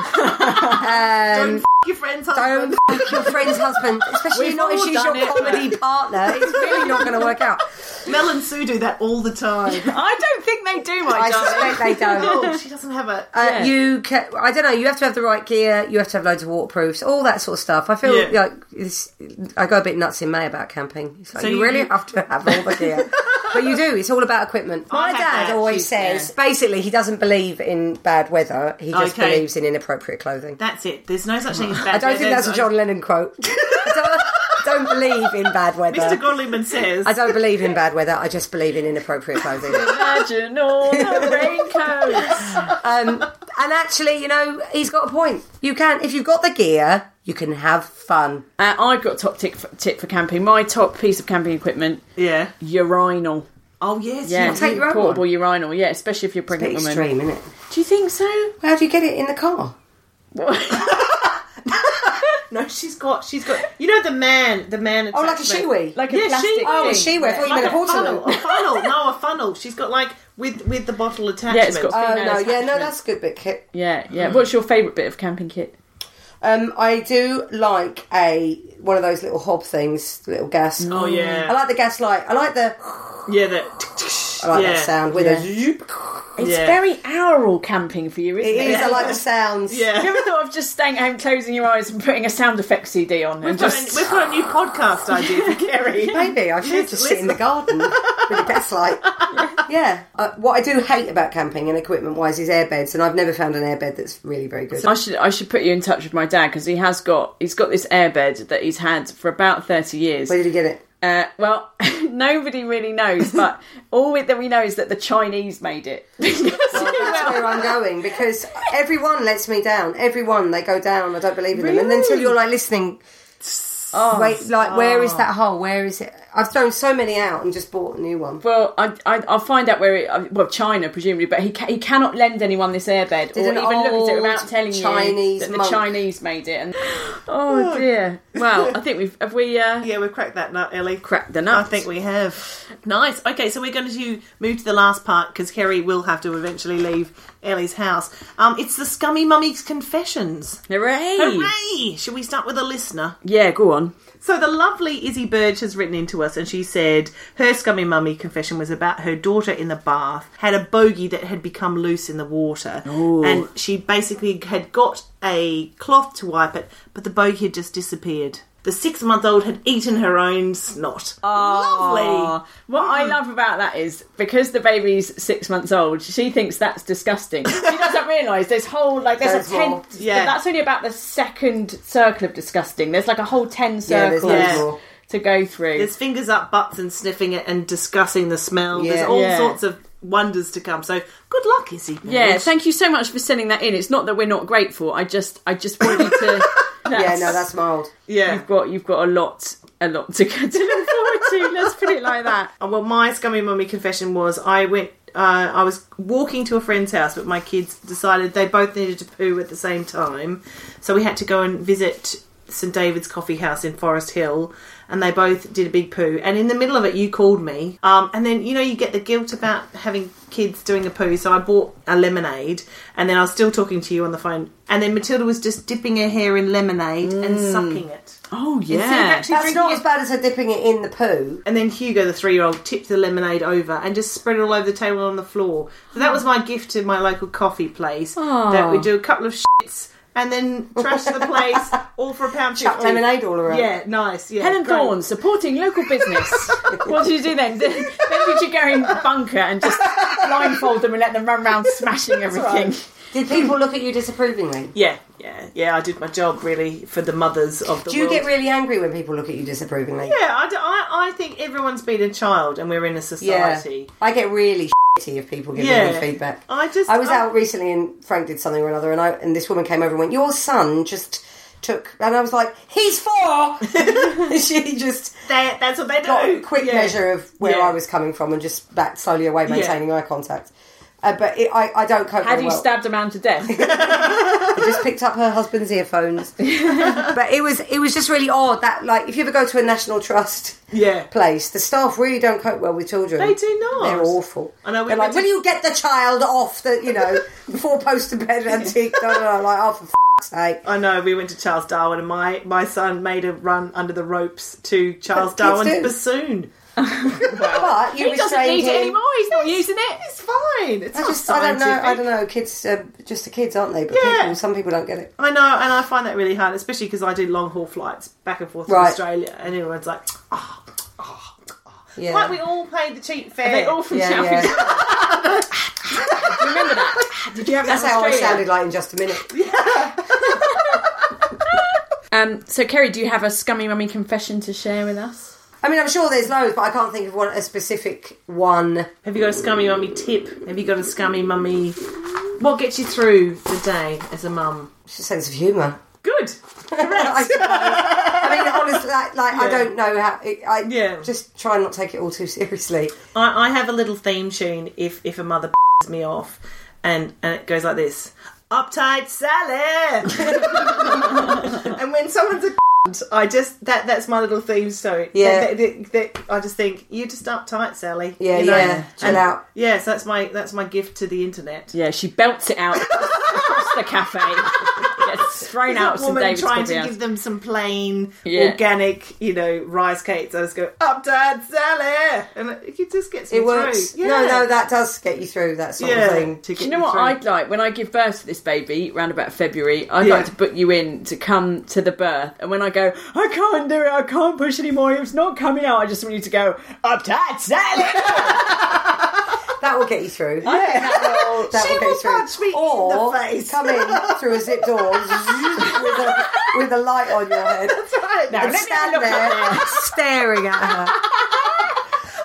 Speaker 3: Um,
Speaker 2: don't f- your friends'
Speaker 3: Don't
Speaker 2: *laughs* husband.
Speaker 3: fuck your friend's husband, especially
Speaker 2: We've
Speaker 3: not if
Speaker 2: all
Speaker 3: she's
Speaker 2: done
Speaker 3: your
Speaker 2: it.
Speaker 3: comedy partner. It's really not going to
Speaker 2: *laughs*
Speaker 3: work out.
Speaker 2: Mel and Sue do that all the
Speaker 3: *laughs*
Speaker 2: time.
Speaker 1: I don't think they do, my
Speaker 3: I
Speaker 1: darling.
Speaker 3: suspect they don't.
Speaker 2: *laughs* oh, she doesn't have a.
Speaker 3: Uh, You, ca I don't know. You have to have the right gear. You have to have loads of waterproofs, all that sort of stuff. I feel
Speaker 2: Yeah.
Speaker 3: like this, I go a bit nuts in May about camping. It's like
Speaker 2: So
Speaker 3: you,
Speaker 2: you-
Speaker 3: really have to have all the gear, but you do. It's all about equipment.
Speaker 2: I had
Speaker 3: My dad
Speaker 2: that.
Speaker 3: always
Speaker 2: She's-
Speaker 3: says, basically, he doesn't believe in bad weather. He just
Speaker 2: Okay.
Speaker 3: believes in inappropriate clothing.
Speaker 2: that's it. There's no such thing as bad
Speaker 3: I don't think
Speaker 2: weather.
Speaker 3: that's a John
Speaker 2: *laughs*
Speaker 3: Lennon quote. I don't, don't believe in bad weather.
Speaker 2: Mr. Godleyman says.
Speaker 3: I don't believe in bad weather. I just believe in inappropriate clothing.
Speaker 1: Imagine all
Speaker 3: *laughs*
Speaker 1: the raincoats.
Speaker 3: Um, and actually, you know, he's got a point. You can, if you've got the gear, you can have fun.
Speaker 1: Uh, I've got top tip for, tip for camping. My top piece of camping equipment:
Speaker 2: yeah.
Speaker 1: urinal.
Speaker 2: Oh yes.
Speaker 1: Yeah,
Speaker 2: you
Speaker 3: take your own
Speaker 1: portable urinal. Yeah, especially if you're a
Speaker 3: Bit
Speaker 1: pregnant woman.
Speaker 3: extreme, isn't it?
Speaker 1: Do you think so?
Speaker 3: How do you get it in the car?
Speaker 2: No, she's got she's got you know the man the man
Speaker 3: Oh, like a
Speaker 2: attachment.
Speaker 3: shiwi. Like a
Speaker 1: plastic
Speaker 3: Oh, a
Speaker 1: thing.
Speaker 3: shiwi. I thought you
Speaker 2: like
Speaker 3: meant a
Speaker 2: a funnel, a
Speaker 3: portable.
Speaker 2: funnel, no, a funnel. She's got like with with the bottle attachment.
Speaker 1: Yeah, it's got
Speaker 3: Oh
Speaker 1: female
Speaker 3: no, yeah, no,
Speaker 1: attachment.
Speaker 3: that's a good bit, Kit.
Speaker 1: Yeah, yeah. What's your favourite bit of camping kit?
Speaker 3: Um, I do like a one of those little hob things, little gas.
Speaker 2: Oh yeah,
Speaker 3: I like the gas light. I like the
Speaker 2: yeah, that.
Speaker 3: I like
Speaker 2: yeah.
Speaker 3: that sound with a zoop.
Speaker 1: It's
Speaker 2: Yeah.
Speaker 1: very aural camping for you, isn't
Speaker 3: It
Speaker 1: it?
Speaker 3: is. I like the sounds.
Speaker 2: Yeah.
Speaker 1: Have *laughs* you ever thought of just staying at home, closing your eyes, and putting a sound effect CD on?
Speaker 2: We've
Speaker 1: And
Speaker 2: got,
Speaker 1: just
Speaker 2: a, we've got a new podcast idea
Speaker 1: *laughs*
Speaker 2: for Kerry.
Speaker 3: Maybe I should just sit in the garden with a
Speaker 2: *laughs*
Speaker 3: gaslight. Yeah. Uh, what I do hate about camping and equipment wise is airbeds, and I've never found an airbed that's really very good.
Speaker 1: I should I should put you in touch with my dad because he has got he's got this airbed that he's had for about thirty years.
Speaker 3: Where did you get it?
Speaker 1: Uh, well, *laughs* nobody really knows,
Speaker 3: *laughs*
Speaker 1: but all that we know is that the Chinese made it. *laughs*
Speaker 3: Oh, That's where I'm going because everyone lets me down. Everyone they go down. I don't believe in them, and then until you're like listening.
Speaker 2: Oh,
Speaker 3: Wait, like where is that hole? Where is it? I've thrown so many out and just bought a new one.
Speaker 1: Well, I, I, I'll find out where it. uh, Well, China presumably, but he ca- he cannot lend anyone this airbed
Speaker 3: Did
Speaker 1: or
Speaker 3: an
Speaker 1: even look at it
Speaker 3: old
Speaker 1: without telling you
Speaker 3: Chinese
Speaker 1: that the
Speaker 3: monk.
Speaker 1: Chinese made it.
Speaker 3: *gasps*
Speaker 1: And oh dear. Well,
Speaker 3: *laughs*
Speaker 1: I think we've have we. Uh,
Speaker 2: Yeah, we've cracked that nut, Ellie.
Speaker 1: Cracked the nut.
Speaker 2: I think we have. Nice. Okay, so we're going to move to the last part because Kerry will have to eventually leave Ellie's house. Um, it's the Scummy Mummy's Confessions.
Speaker 1: Hooray!
Speaker 2: Hooray! Should we start with a listener?
Speaker 1: Yeah, go on.
Speaker 2: So the lovely Izzy Burge has written into us and she said her scummy mummy confession was about her daughter in the bath had a bogey that had become loose in the water and she basically had got a cloth to wipe it but the bogey had just disappeared. The six month old had eaten her own snot. Lovely. Mm.
Speaker 1: What
Speaker 3: Hmm.
Speaker 1: I love about that is because the baby's six months old, she thinks that's disgusting.
Speaker 3: *laughs*
Speaker 1: she doesn't realise there's whole like there's
Speaker 3: There's
Speaker 1: a
Speaker 3: more.
Speaker 1: ten.
Speaker 2: Yeah.
Speaker 1: that's only about the second circle of disgusting. There's like a whole ten
Speaker 3: Yeah, there's
Speaker 1: circles
Speaker 2: loads
Speaker 3: more.
Speaker 1: to go through.
Speaker 2: There's fingers up butts and sniffing it and discussing the smell.
Speaker 3: Yeah.
Speaker 2: There's all
Speaker 1: Yeah.
Speaker 2: sorts of wonders to come. So good luck, Izzy.
Speaker 1: Yeah, thank you so much for sending that in. It's not that we're not grateful. I just, I just wanted
Speaker 3: *laughs*
Speaker 1: to.
Speaker 3: Yeah, no, that's mild.
Speaker 2: Yeah.
Speaker 1: You've got, you've got a lot, a lot *laughs* to, get to look forward to. Let's put it like that.
Speaker 2: Oh, well, my scummy mummy confession was I went. Uh, I was walking to a friend's house, but my kids decided they both needed to poo at the same time, so we had to go and visit St David's Coffee House in Forest Hill, and they both did a big poo. And in the middle of it, you called me, um, and then you know you get the guilt about having kids doing a poo, so I bought a lemonade, and then I was still talking to you on the phone, and then Matilda was just dipping her hair in lemonade and sucking it.
Speaker 1: Oh
Speaker 2: Instead of
Speaker 1: yeah,
Speaker 2: actually
Speaker 3: That's
Speaker 2: drinking
Speaker 3: not
Speaker 2: it
Speaker 3: as bad as her dipping it in the poo.
Speaker 2: and then Hugo, the three-year-old, tipped the lemonade over and just spread it all over the table and on the floor. So that was my gift to my local coffee place. That we do a couple of shits and then trash the place,
Speaker 3: *laughs*
Speaker 2: all for a pound
Speaker 3: Chuck
Speaker 2: fifty.
Speaker 3: lemonade all around.
Speaker 2: Yeah, nice. Yeah,
Speaker 1: Helen
Speaker 2: great.
Speaker 1: Thorne supporting local
Speaker 2: *laughs*
Speaker 1: business. what did you do then? Then did you go in the bunker and just blindfold them and let them run around smashing everything?
Speaker 3: Did people look at you disapprovingly?
Speaker 2: Yeah, yeah, yeah. I did my job really for the mothers of the.
Speaker 3: Do you
Speaker 2: world.
Speaker 3: get really angry when people look at you disapprovingly?
Speaker 2: Yeah, I, d- I- I think everyone's been a child and we're in a society.
Speaker 3: I get really shitty if people give
Speaker 2: Yeah.
Speaker 3: me feedback.
Speaker 2: I just-
Speaker 3: I was
Speaker 2: I-
Speaker 3: out recently and Frank did something or another, and I and this woman came over and went, "Your son just took," and I was like,
Speaker 2: *laughs*
Speaker 3: "He's four. *laughs* And she just
Speaker 2: They, that's what they do.
Speaker 3: got a quick
Speaker 2: Yeah.
Speaker 3: measure of where
Speaker 2: Yeah.
Speaker 3: I was coming from and just backed slowly away, maintaining eye contact. Uh, but it, I, I don't cope.
Speaker 1: Had
Speaker 3: very
Speaker 1: you
Speaker 3: well.
Speaker 1: stabbed a man to
Speaker 2: *laughs*
Speaker 1: death?
Speaker 3: I just picked up her husband's
Speaker 1: *laughs*
Speaker 3: earphones. but it was it was just really odd that like if you ever go to a national trust
Speaker 2: Yeah.
Speaker 3: place, the staff really don't cope well with children.
Speaker 2: They do not.
Speaker 3: They're awful.
Speaker 2: I know, we
Speaker 3: They're like,
Speaker 2: went
Speaker 3: will
Speaker 2: to-
Speaker 3: you get the child off the you know four poster bed antique? No, no, no. Like, oh for f- sake.
Speaker 2: I know we went to Charles Darwin, and my, my son made a run under the ropes to Charles
Speaker 3: Kids
Speaker 2: Darwin's
Speaker 3: do.
Speaker 2: bassoon.
Speaker 3: But you
Speaker 1: he doesn't
Speaker 3: restrained
Speaker 1: need it
Speaker 3: him.
Speaker 1: anymore. He's not using it.
Speaker 2: It's fine. It's
Speaker 3: I
Speaker 2: not
Speaker 3: just I don't know. I
Speaker 2: scientific.
Speaker 3: don't know. Kids, uh, just the kids, aren't they? But
Speaker 2: Yeah.
Speaker 3: people, some people don't get it.
Speaker 2: I know, and I find that really hard, especially because I do long haul flights back and forth
Speaker 3: Right.
Speaker 2: to Australia, and everyone's like, "Ah,
Speaker 3: Yeah.
Speaker 2: like we all paid the cheap fare."
Speaker 1: They all from
Speaker 2: *laughs*
Speaker 3: yeah,
Speaker 1: South
Speaker 3: yeah.
Speaker 1: East- *laughs* Remember
Speaker 3: *laughs*
Speaker 1: that? Did you have that
Speaker 3: That's how I
Speaker 1: Australia?
Speaker 3: sounded like in just a minute.
Speaker 1: Um, so, Kerry, do you have a scummy mummy confession to share with us?
Speaker 3: I mean, I'm sure there's loads, but I can't think of one a specific one.
Speaker 2: Have you got a scummy mummy tip? Have you got a scummy mummy? What gets you through the day as a mum?
Speaker 3: It's a sense
Speaker 2: *laughs*
Speaker 3: of humour.
Speaker 2: Good.
Speaker 3: I, suppose. I mean, honestly, like, like I don't know how. I
Speaker 2: Yeah.
Speaker 3: just try and not take it all too seriously.
Speaker 2: I, I have a little theme tune if if a mother *laughs* b****s me off, and and it goes like this: uptight *laughs* Sally. and when someone's a cunt, I just that that's my little theme. So
Speaker 3: Yeah.
Speaker 2: that, that- that- I just think you're just uptight, Sally.
Speaker 3: Yeah,
Speaker 2: You know?
Speaker 3: yeah. Chill
Speaker 2: And-
Speaker 3: out.
Speaker 2: Yeah, so that's my that's my gift to the internet.
Speaker 1: Yeah, she belts it out *laughs* across the cafe. Gets thrown out of St
Speaker 2: woman
Speaker 1: David's
Speaker 2: trying
Speaker 1: coffee
Speaker 2: to
Speaker 1: house.
Speaker 2: give them some plain,
Speaker 1: Yeah.
Speaker 2: organic, you know, rice cakes. I just go uptight Sally, and it it just gets me
Speaker 3: It works.
Speaker 2: through.
Speaker 3: No,
Speaker 2: Yeah.
Speaker 3: no, that does get you through that sort
Speaker 2: yeah.
Speaker 3: of thing.
Speaker 1: Do
Speaker 2: to get
Speaker 1: you know what
Speaker 2: through.
Speaker 1: I'd like when I give birth to this baby round about February? I'd
Speaker 2: Yeah.
Speaker 1: like to book you in to come to the birth, and when I go, I can't do it, I can't push anymore, it's not coming out. I just want you to go uptight, Sally.
Speaker 2: *laughs*
Speaker 3: That will get you through.
Speaker 1: I think
Speaker 3: *laughs*
Speaker 1: that will-
Speaker 3: That
Speaker 2: She
Speaker 3: will get you
Speaker 2: will
Speaker 3: through.
Speaker 2: punch me in
Speaker 3: or
Speaker 2: the face.
Speaker 3: come in through a zip door *laughs* with a, with a light on your head
Speaker 2: *laughs* Right, now,
Speaker 1: let
Speaker 3: and
Speaker 1: me
Speaker 3: stand
Speaker 1: look
Speaker 3: there
Speaker 1: up
Speaker 3: staring
Speaker 2: *laughs*
Speaker 3: at her.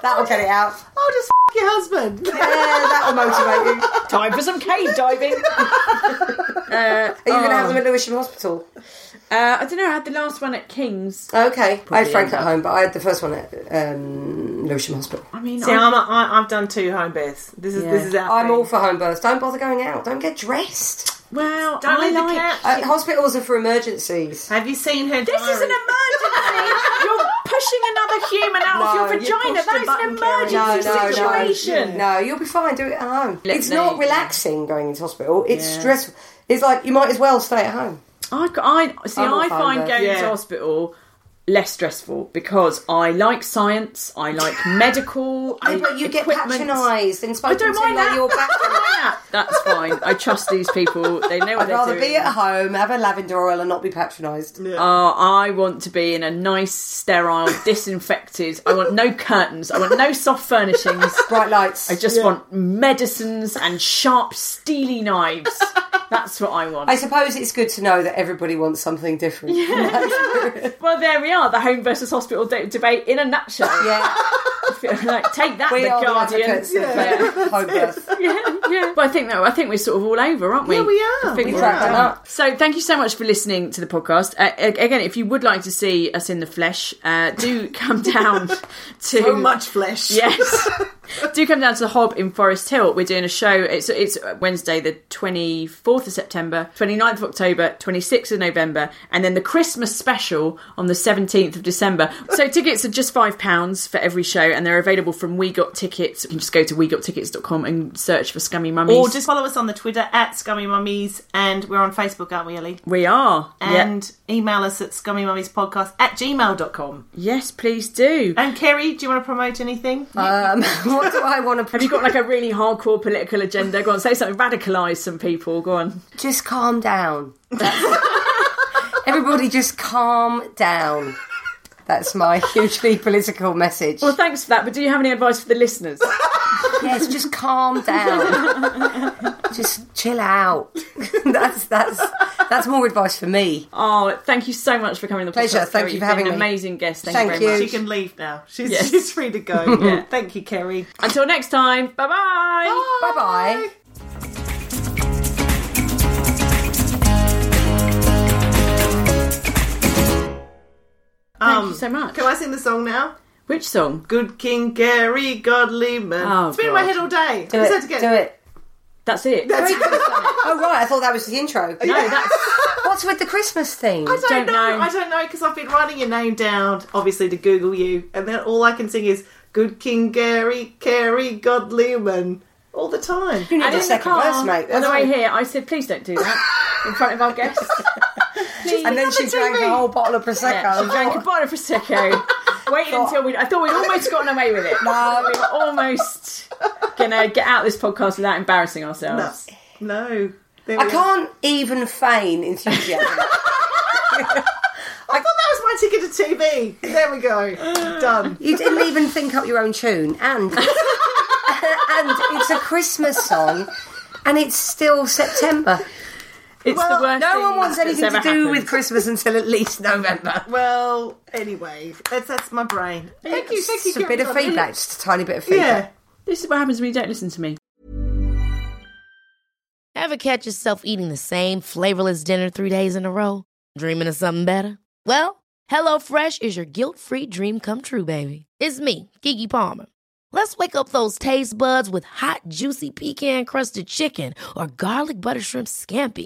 Speaker 3: That will get it out.
Speaker 2: I'll just f- your *laughs* husband.
Speaker 3: Yeah, Eh, that will motivate you.
Speaker 1: *laughs* Time for some cave
Speaker 2: *laughs*
Speaker 1: diving. Uh, oh.
Speaker 3: Are you going to have them at Lewisham Hospital?
Speaker 1: Uh, I don't know. I had the last one at King's.
Speaker 3: Okay, I had Frank
Speaker 1: end
Speaker 3: at
Speaker 1: up.
Speaker 3: home, but I had the first one at um, Lewisham Hospital.
Speaker 1: I mean,
Speaker 2: See,
Speaker 1: I-
Speaker 2: I'm a, I, I've done two home births. This is this is our.
Speaker 3: I'm
Speaker 2: thing.
Speaker 3: all for home births. Don't bother going out. Don't get dressed.
Speaker 1: well,
Speaker 2: Don't
Speaker 1: I
Speaker 2: leave the
Speaker 1: like-
Speaker 2: cat.
Speaker 3: Uh, hospitals are for emergencies.
Speaker 2: Have you seen her?
Speaker 1: This is an emergency. you're pushing another human out
Speaker 3: No,
Speaker 1: of your
Speaker 3: you
Speaker 1: vagina.
Speaker 2: pushed
Speaker 1: That
Speaker 2: a
Speaker 1: is an
Speaker 2: button, Karen.
Speaker 1: emergency situation.
Speaker 3: No, no, you'll be fine. Do it at home.
Speaker 1: Let
Speaker 3: it's
Speaker 1: me-
Speaker 3: not relaxing going into hospital. It's
Speaker 1: Yeah.
Speaker 3: stressful. It's like you might as well stay at home.
Speaker 1: I, I see.
Speaker 3: I'm all
Speaker 1: I
Speaker 3: fine
Speaker 1: find
Speaker 3: with it.
Speaker 1: going
Speaker 2: Yeah.
Speaker 1: to hospital less stressful because I like science. I
Speaker 3: *laughs*
Speaker 1: like medical. I
Speaker 3: Yeah, but you get
Speaker 1: equipment.
Speaker 3: patronised and
Speaker 1: I
Speaker 3: spoken
Speaker 1: don't
Speaker 3: to
Speaker 1: mind
Speaker 3: like
Speaker 1: that. *laughs*
Speaker 3: your back.
Speaker 1: I don't mind that. That's fine. I trust these people. They know what
Speaker 3: I'd
Speaker 1: they're
Speaker 3: rather
Speaker 1: doing.
Speaker 3: be at home, have a lavender oil, and not be patronised.
Speaker 1: Uh, I want to be in a nice,
Speaker 3: *laughs*
Speaker 1: sterile, disinfected. I want no curtains. I want no soft furnishings.
Speaker 3: Bright lights.
Speaker 1: I just want medicines and sharp, steely
Speaker 3: *laughs*
Speaker 1: knives. That's what I want.
Speaker 3: I suppose it's good to know that everybody wants something different. Yeah.
Speaker 1: well, there we are. The home versus hospital de- debate in a nutshell.
Speaker 3: *laughs* yeah.
Speaker 1: feel *laughs* like take that,
Speaker 3: We
Speaker 1: the
Speaker 3: are the
Speaker 1: Guardian.
Speaker 3: advocates of uh, home birth.
Speaker 1: *laughs* yeah, yeah. But I think though, I think we're sort of all over, aren't we?
Speaker 2: Yeah, we are.
Speaker 1: I think
Speaker 2: We
Speaker 1: we're
Speaker 3: cracked
Speaker 1: all
Speaker 3: it
Speaker 1: done.
Speaker 3: up.
Speaker 1: So thank you so much for listening to the podcast. Uh, a- again, if you would like to see us in the flesh, uh, do come *laughs* down to
Speaker 2: So much
Speaker 1: *laughs*
Speaker 2: flesh.
Speaker 1: Yes, do come down to the Hob in Forest Hill. We're doing a show. It's it's Wednesday, the twenty fourth of September, 29th of October, twenty sixth of November, and then the Christmas special on the seventeenth of December. So tickets are just five pounds for every show, and they're available from We Got Tickets. You can just go to wegottickets.com and search for Scummy Mummies.
Speaker 2: Or just follow us on the Twitter at Scummy Mummies, and we're on Facebook, aren't we, Ellie?
Speaker 1: we are. yeah.
Speaker 2: And email us at scummymummiespodcast at gmail.com.
Speaker 1: yes, please do.
Speaker 2: And Kerry, do you want to promote anything?
Speaker 3: Um, *laughs* what do I want to?
Speaker 1: Have you got like a really hardcore political agenda? Go on, say something, radicalise some people. Go on.
Speaker 3: just calm down. That's- *laughs* Everybody, just calm down. That's my hugely political message.
Speaker 1: Well, thanks for that. But do you have any advice for the listeners?
Speaker 3: Yes, just calm down. just chill out. *laughs* that's that's that's more advice for me.
Speaker 1: Oh, thank you so much for coming to the
Speaker 3: Pleasure.
Speaker 1: podcast.
Speaker 3: Thank
Speaker 1: Kerry.
Speaker 3: you
Speaker 1: You've
Speaker 3: for having
Speaker 1: been an
Speaker 3: me.
Speaker 1: amazing guest. Thank,
Speaker 3: Thank
Speaker 1: you very
Speaker 3: you.
Speaker 2: She
Speaker 1: much.
Speaker 2: can leave now. She's,
Speaker 1: Yes.
Speaker 2: she's free to go. Thank you, Kerry.
Speaker 1: Until next time. Bye-bye. bye bye
Speaker 3: Bye bye.
Speaker 1: Thank
Speaker 3: Um,
Speaker 1: you so much.
Speaker 2: Can I sing the song now?
Speaker 1: Which song?
Speaker 2: Good King Gary, godly man.
Speaker 1: Oh,
Speaker 2: it's been in my
Speaker 1: God.
Speaker 2: head all day.
Speaker 3: Do
Speaker 2: Let's have to
Speaker 3: it.
Speaker 2: get-
Speaker 3: Do it.
Speaker 1: That's it.
Speaker 3: Oh right, I thought that was the intro.
Speaker 1: no, that's
Speaker 3: What's with the Christmas theme?
Speaker 2: I don't,
Speaker 1: Don't
Speaker 2: know.
Speaker 1: know.
Speaker 2: I don't know because I've been writing your name down, obviously, to Google you, and then all I can sing is "Good King Gary, Carey, God Lehman" all the time.
Speaker 3: You need
Speaker 1: and
Speaker 3: a
Speaker 1: in
Speaker 3: second
Speaker 1: the car,
Speaker 3: verse, mate.
Speaker 1: On the
Speaker 3: That's
Speaker 1: way
Speaker 3: all.
Speaker 1: here, I said, please don't do that in front of our
Speaker 3: *laughs*
Speaker 1: guests. please.
Speaker 3: And then she
Speaker 2: Nothing to
Speaker 3: drank
Speaker 2: me.
Speaker 3: a whole bottle of prosecco.
Speaker 1: Yeah, she drank a bottle of prosecco. Waited until we. I thought we'd almost gotten away with it.
Speaker 3: No.
Speaker 1: we were almost gonna get out this podcast without embarrassing ourselves.
Speaker 2: No, There
Speaker 3: I
Speaker 2: we are.
Speaker 3: can't even
Speaker 1: *laughs*
Speaker 3: feign enthusiasm.
Speaker 2: I thought that was my ticket to TV. There we *sighs* go. Done.
Speaker 3: You didn't even think up your own tune, and *laughs* and it's a Christmas song, and it's still September.
Speaker 1: It's the worst.
Speaker 3: No
Speaker 1: thing
Speaker 3: one wants
Speaker 1: that's
Speaker 3: anything to
Speaker 1: ever
Speaker 3: do
Speaker 1: happened.
Speaker 3: with Christmas until at least November.
Speaker 2: Well, anyway, that's that's my brain. Thank you, thank you.
Speaker 3: It's a bit of
Speaker 2: Kerry, God,
Speaker 3: feedback, just a tiny bit of
Speaker 2: Lehman.
Speaker 3: feedback.
Speaker 2: Yeah.
Speaker 1: This is what happens when you don't listen to me.
Speaker 6: Ever catch yourself eating the same flavorless dinner three days in a row? Dreaming of something better? Well, HelloFresh is your guilt-free dream come true, baby. It's me, Gigi Palmer. Let's wake up those taste buds with hot, juicy pecan-crusted chicken or garlic butter shrimp scampi.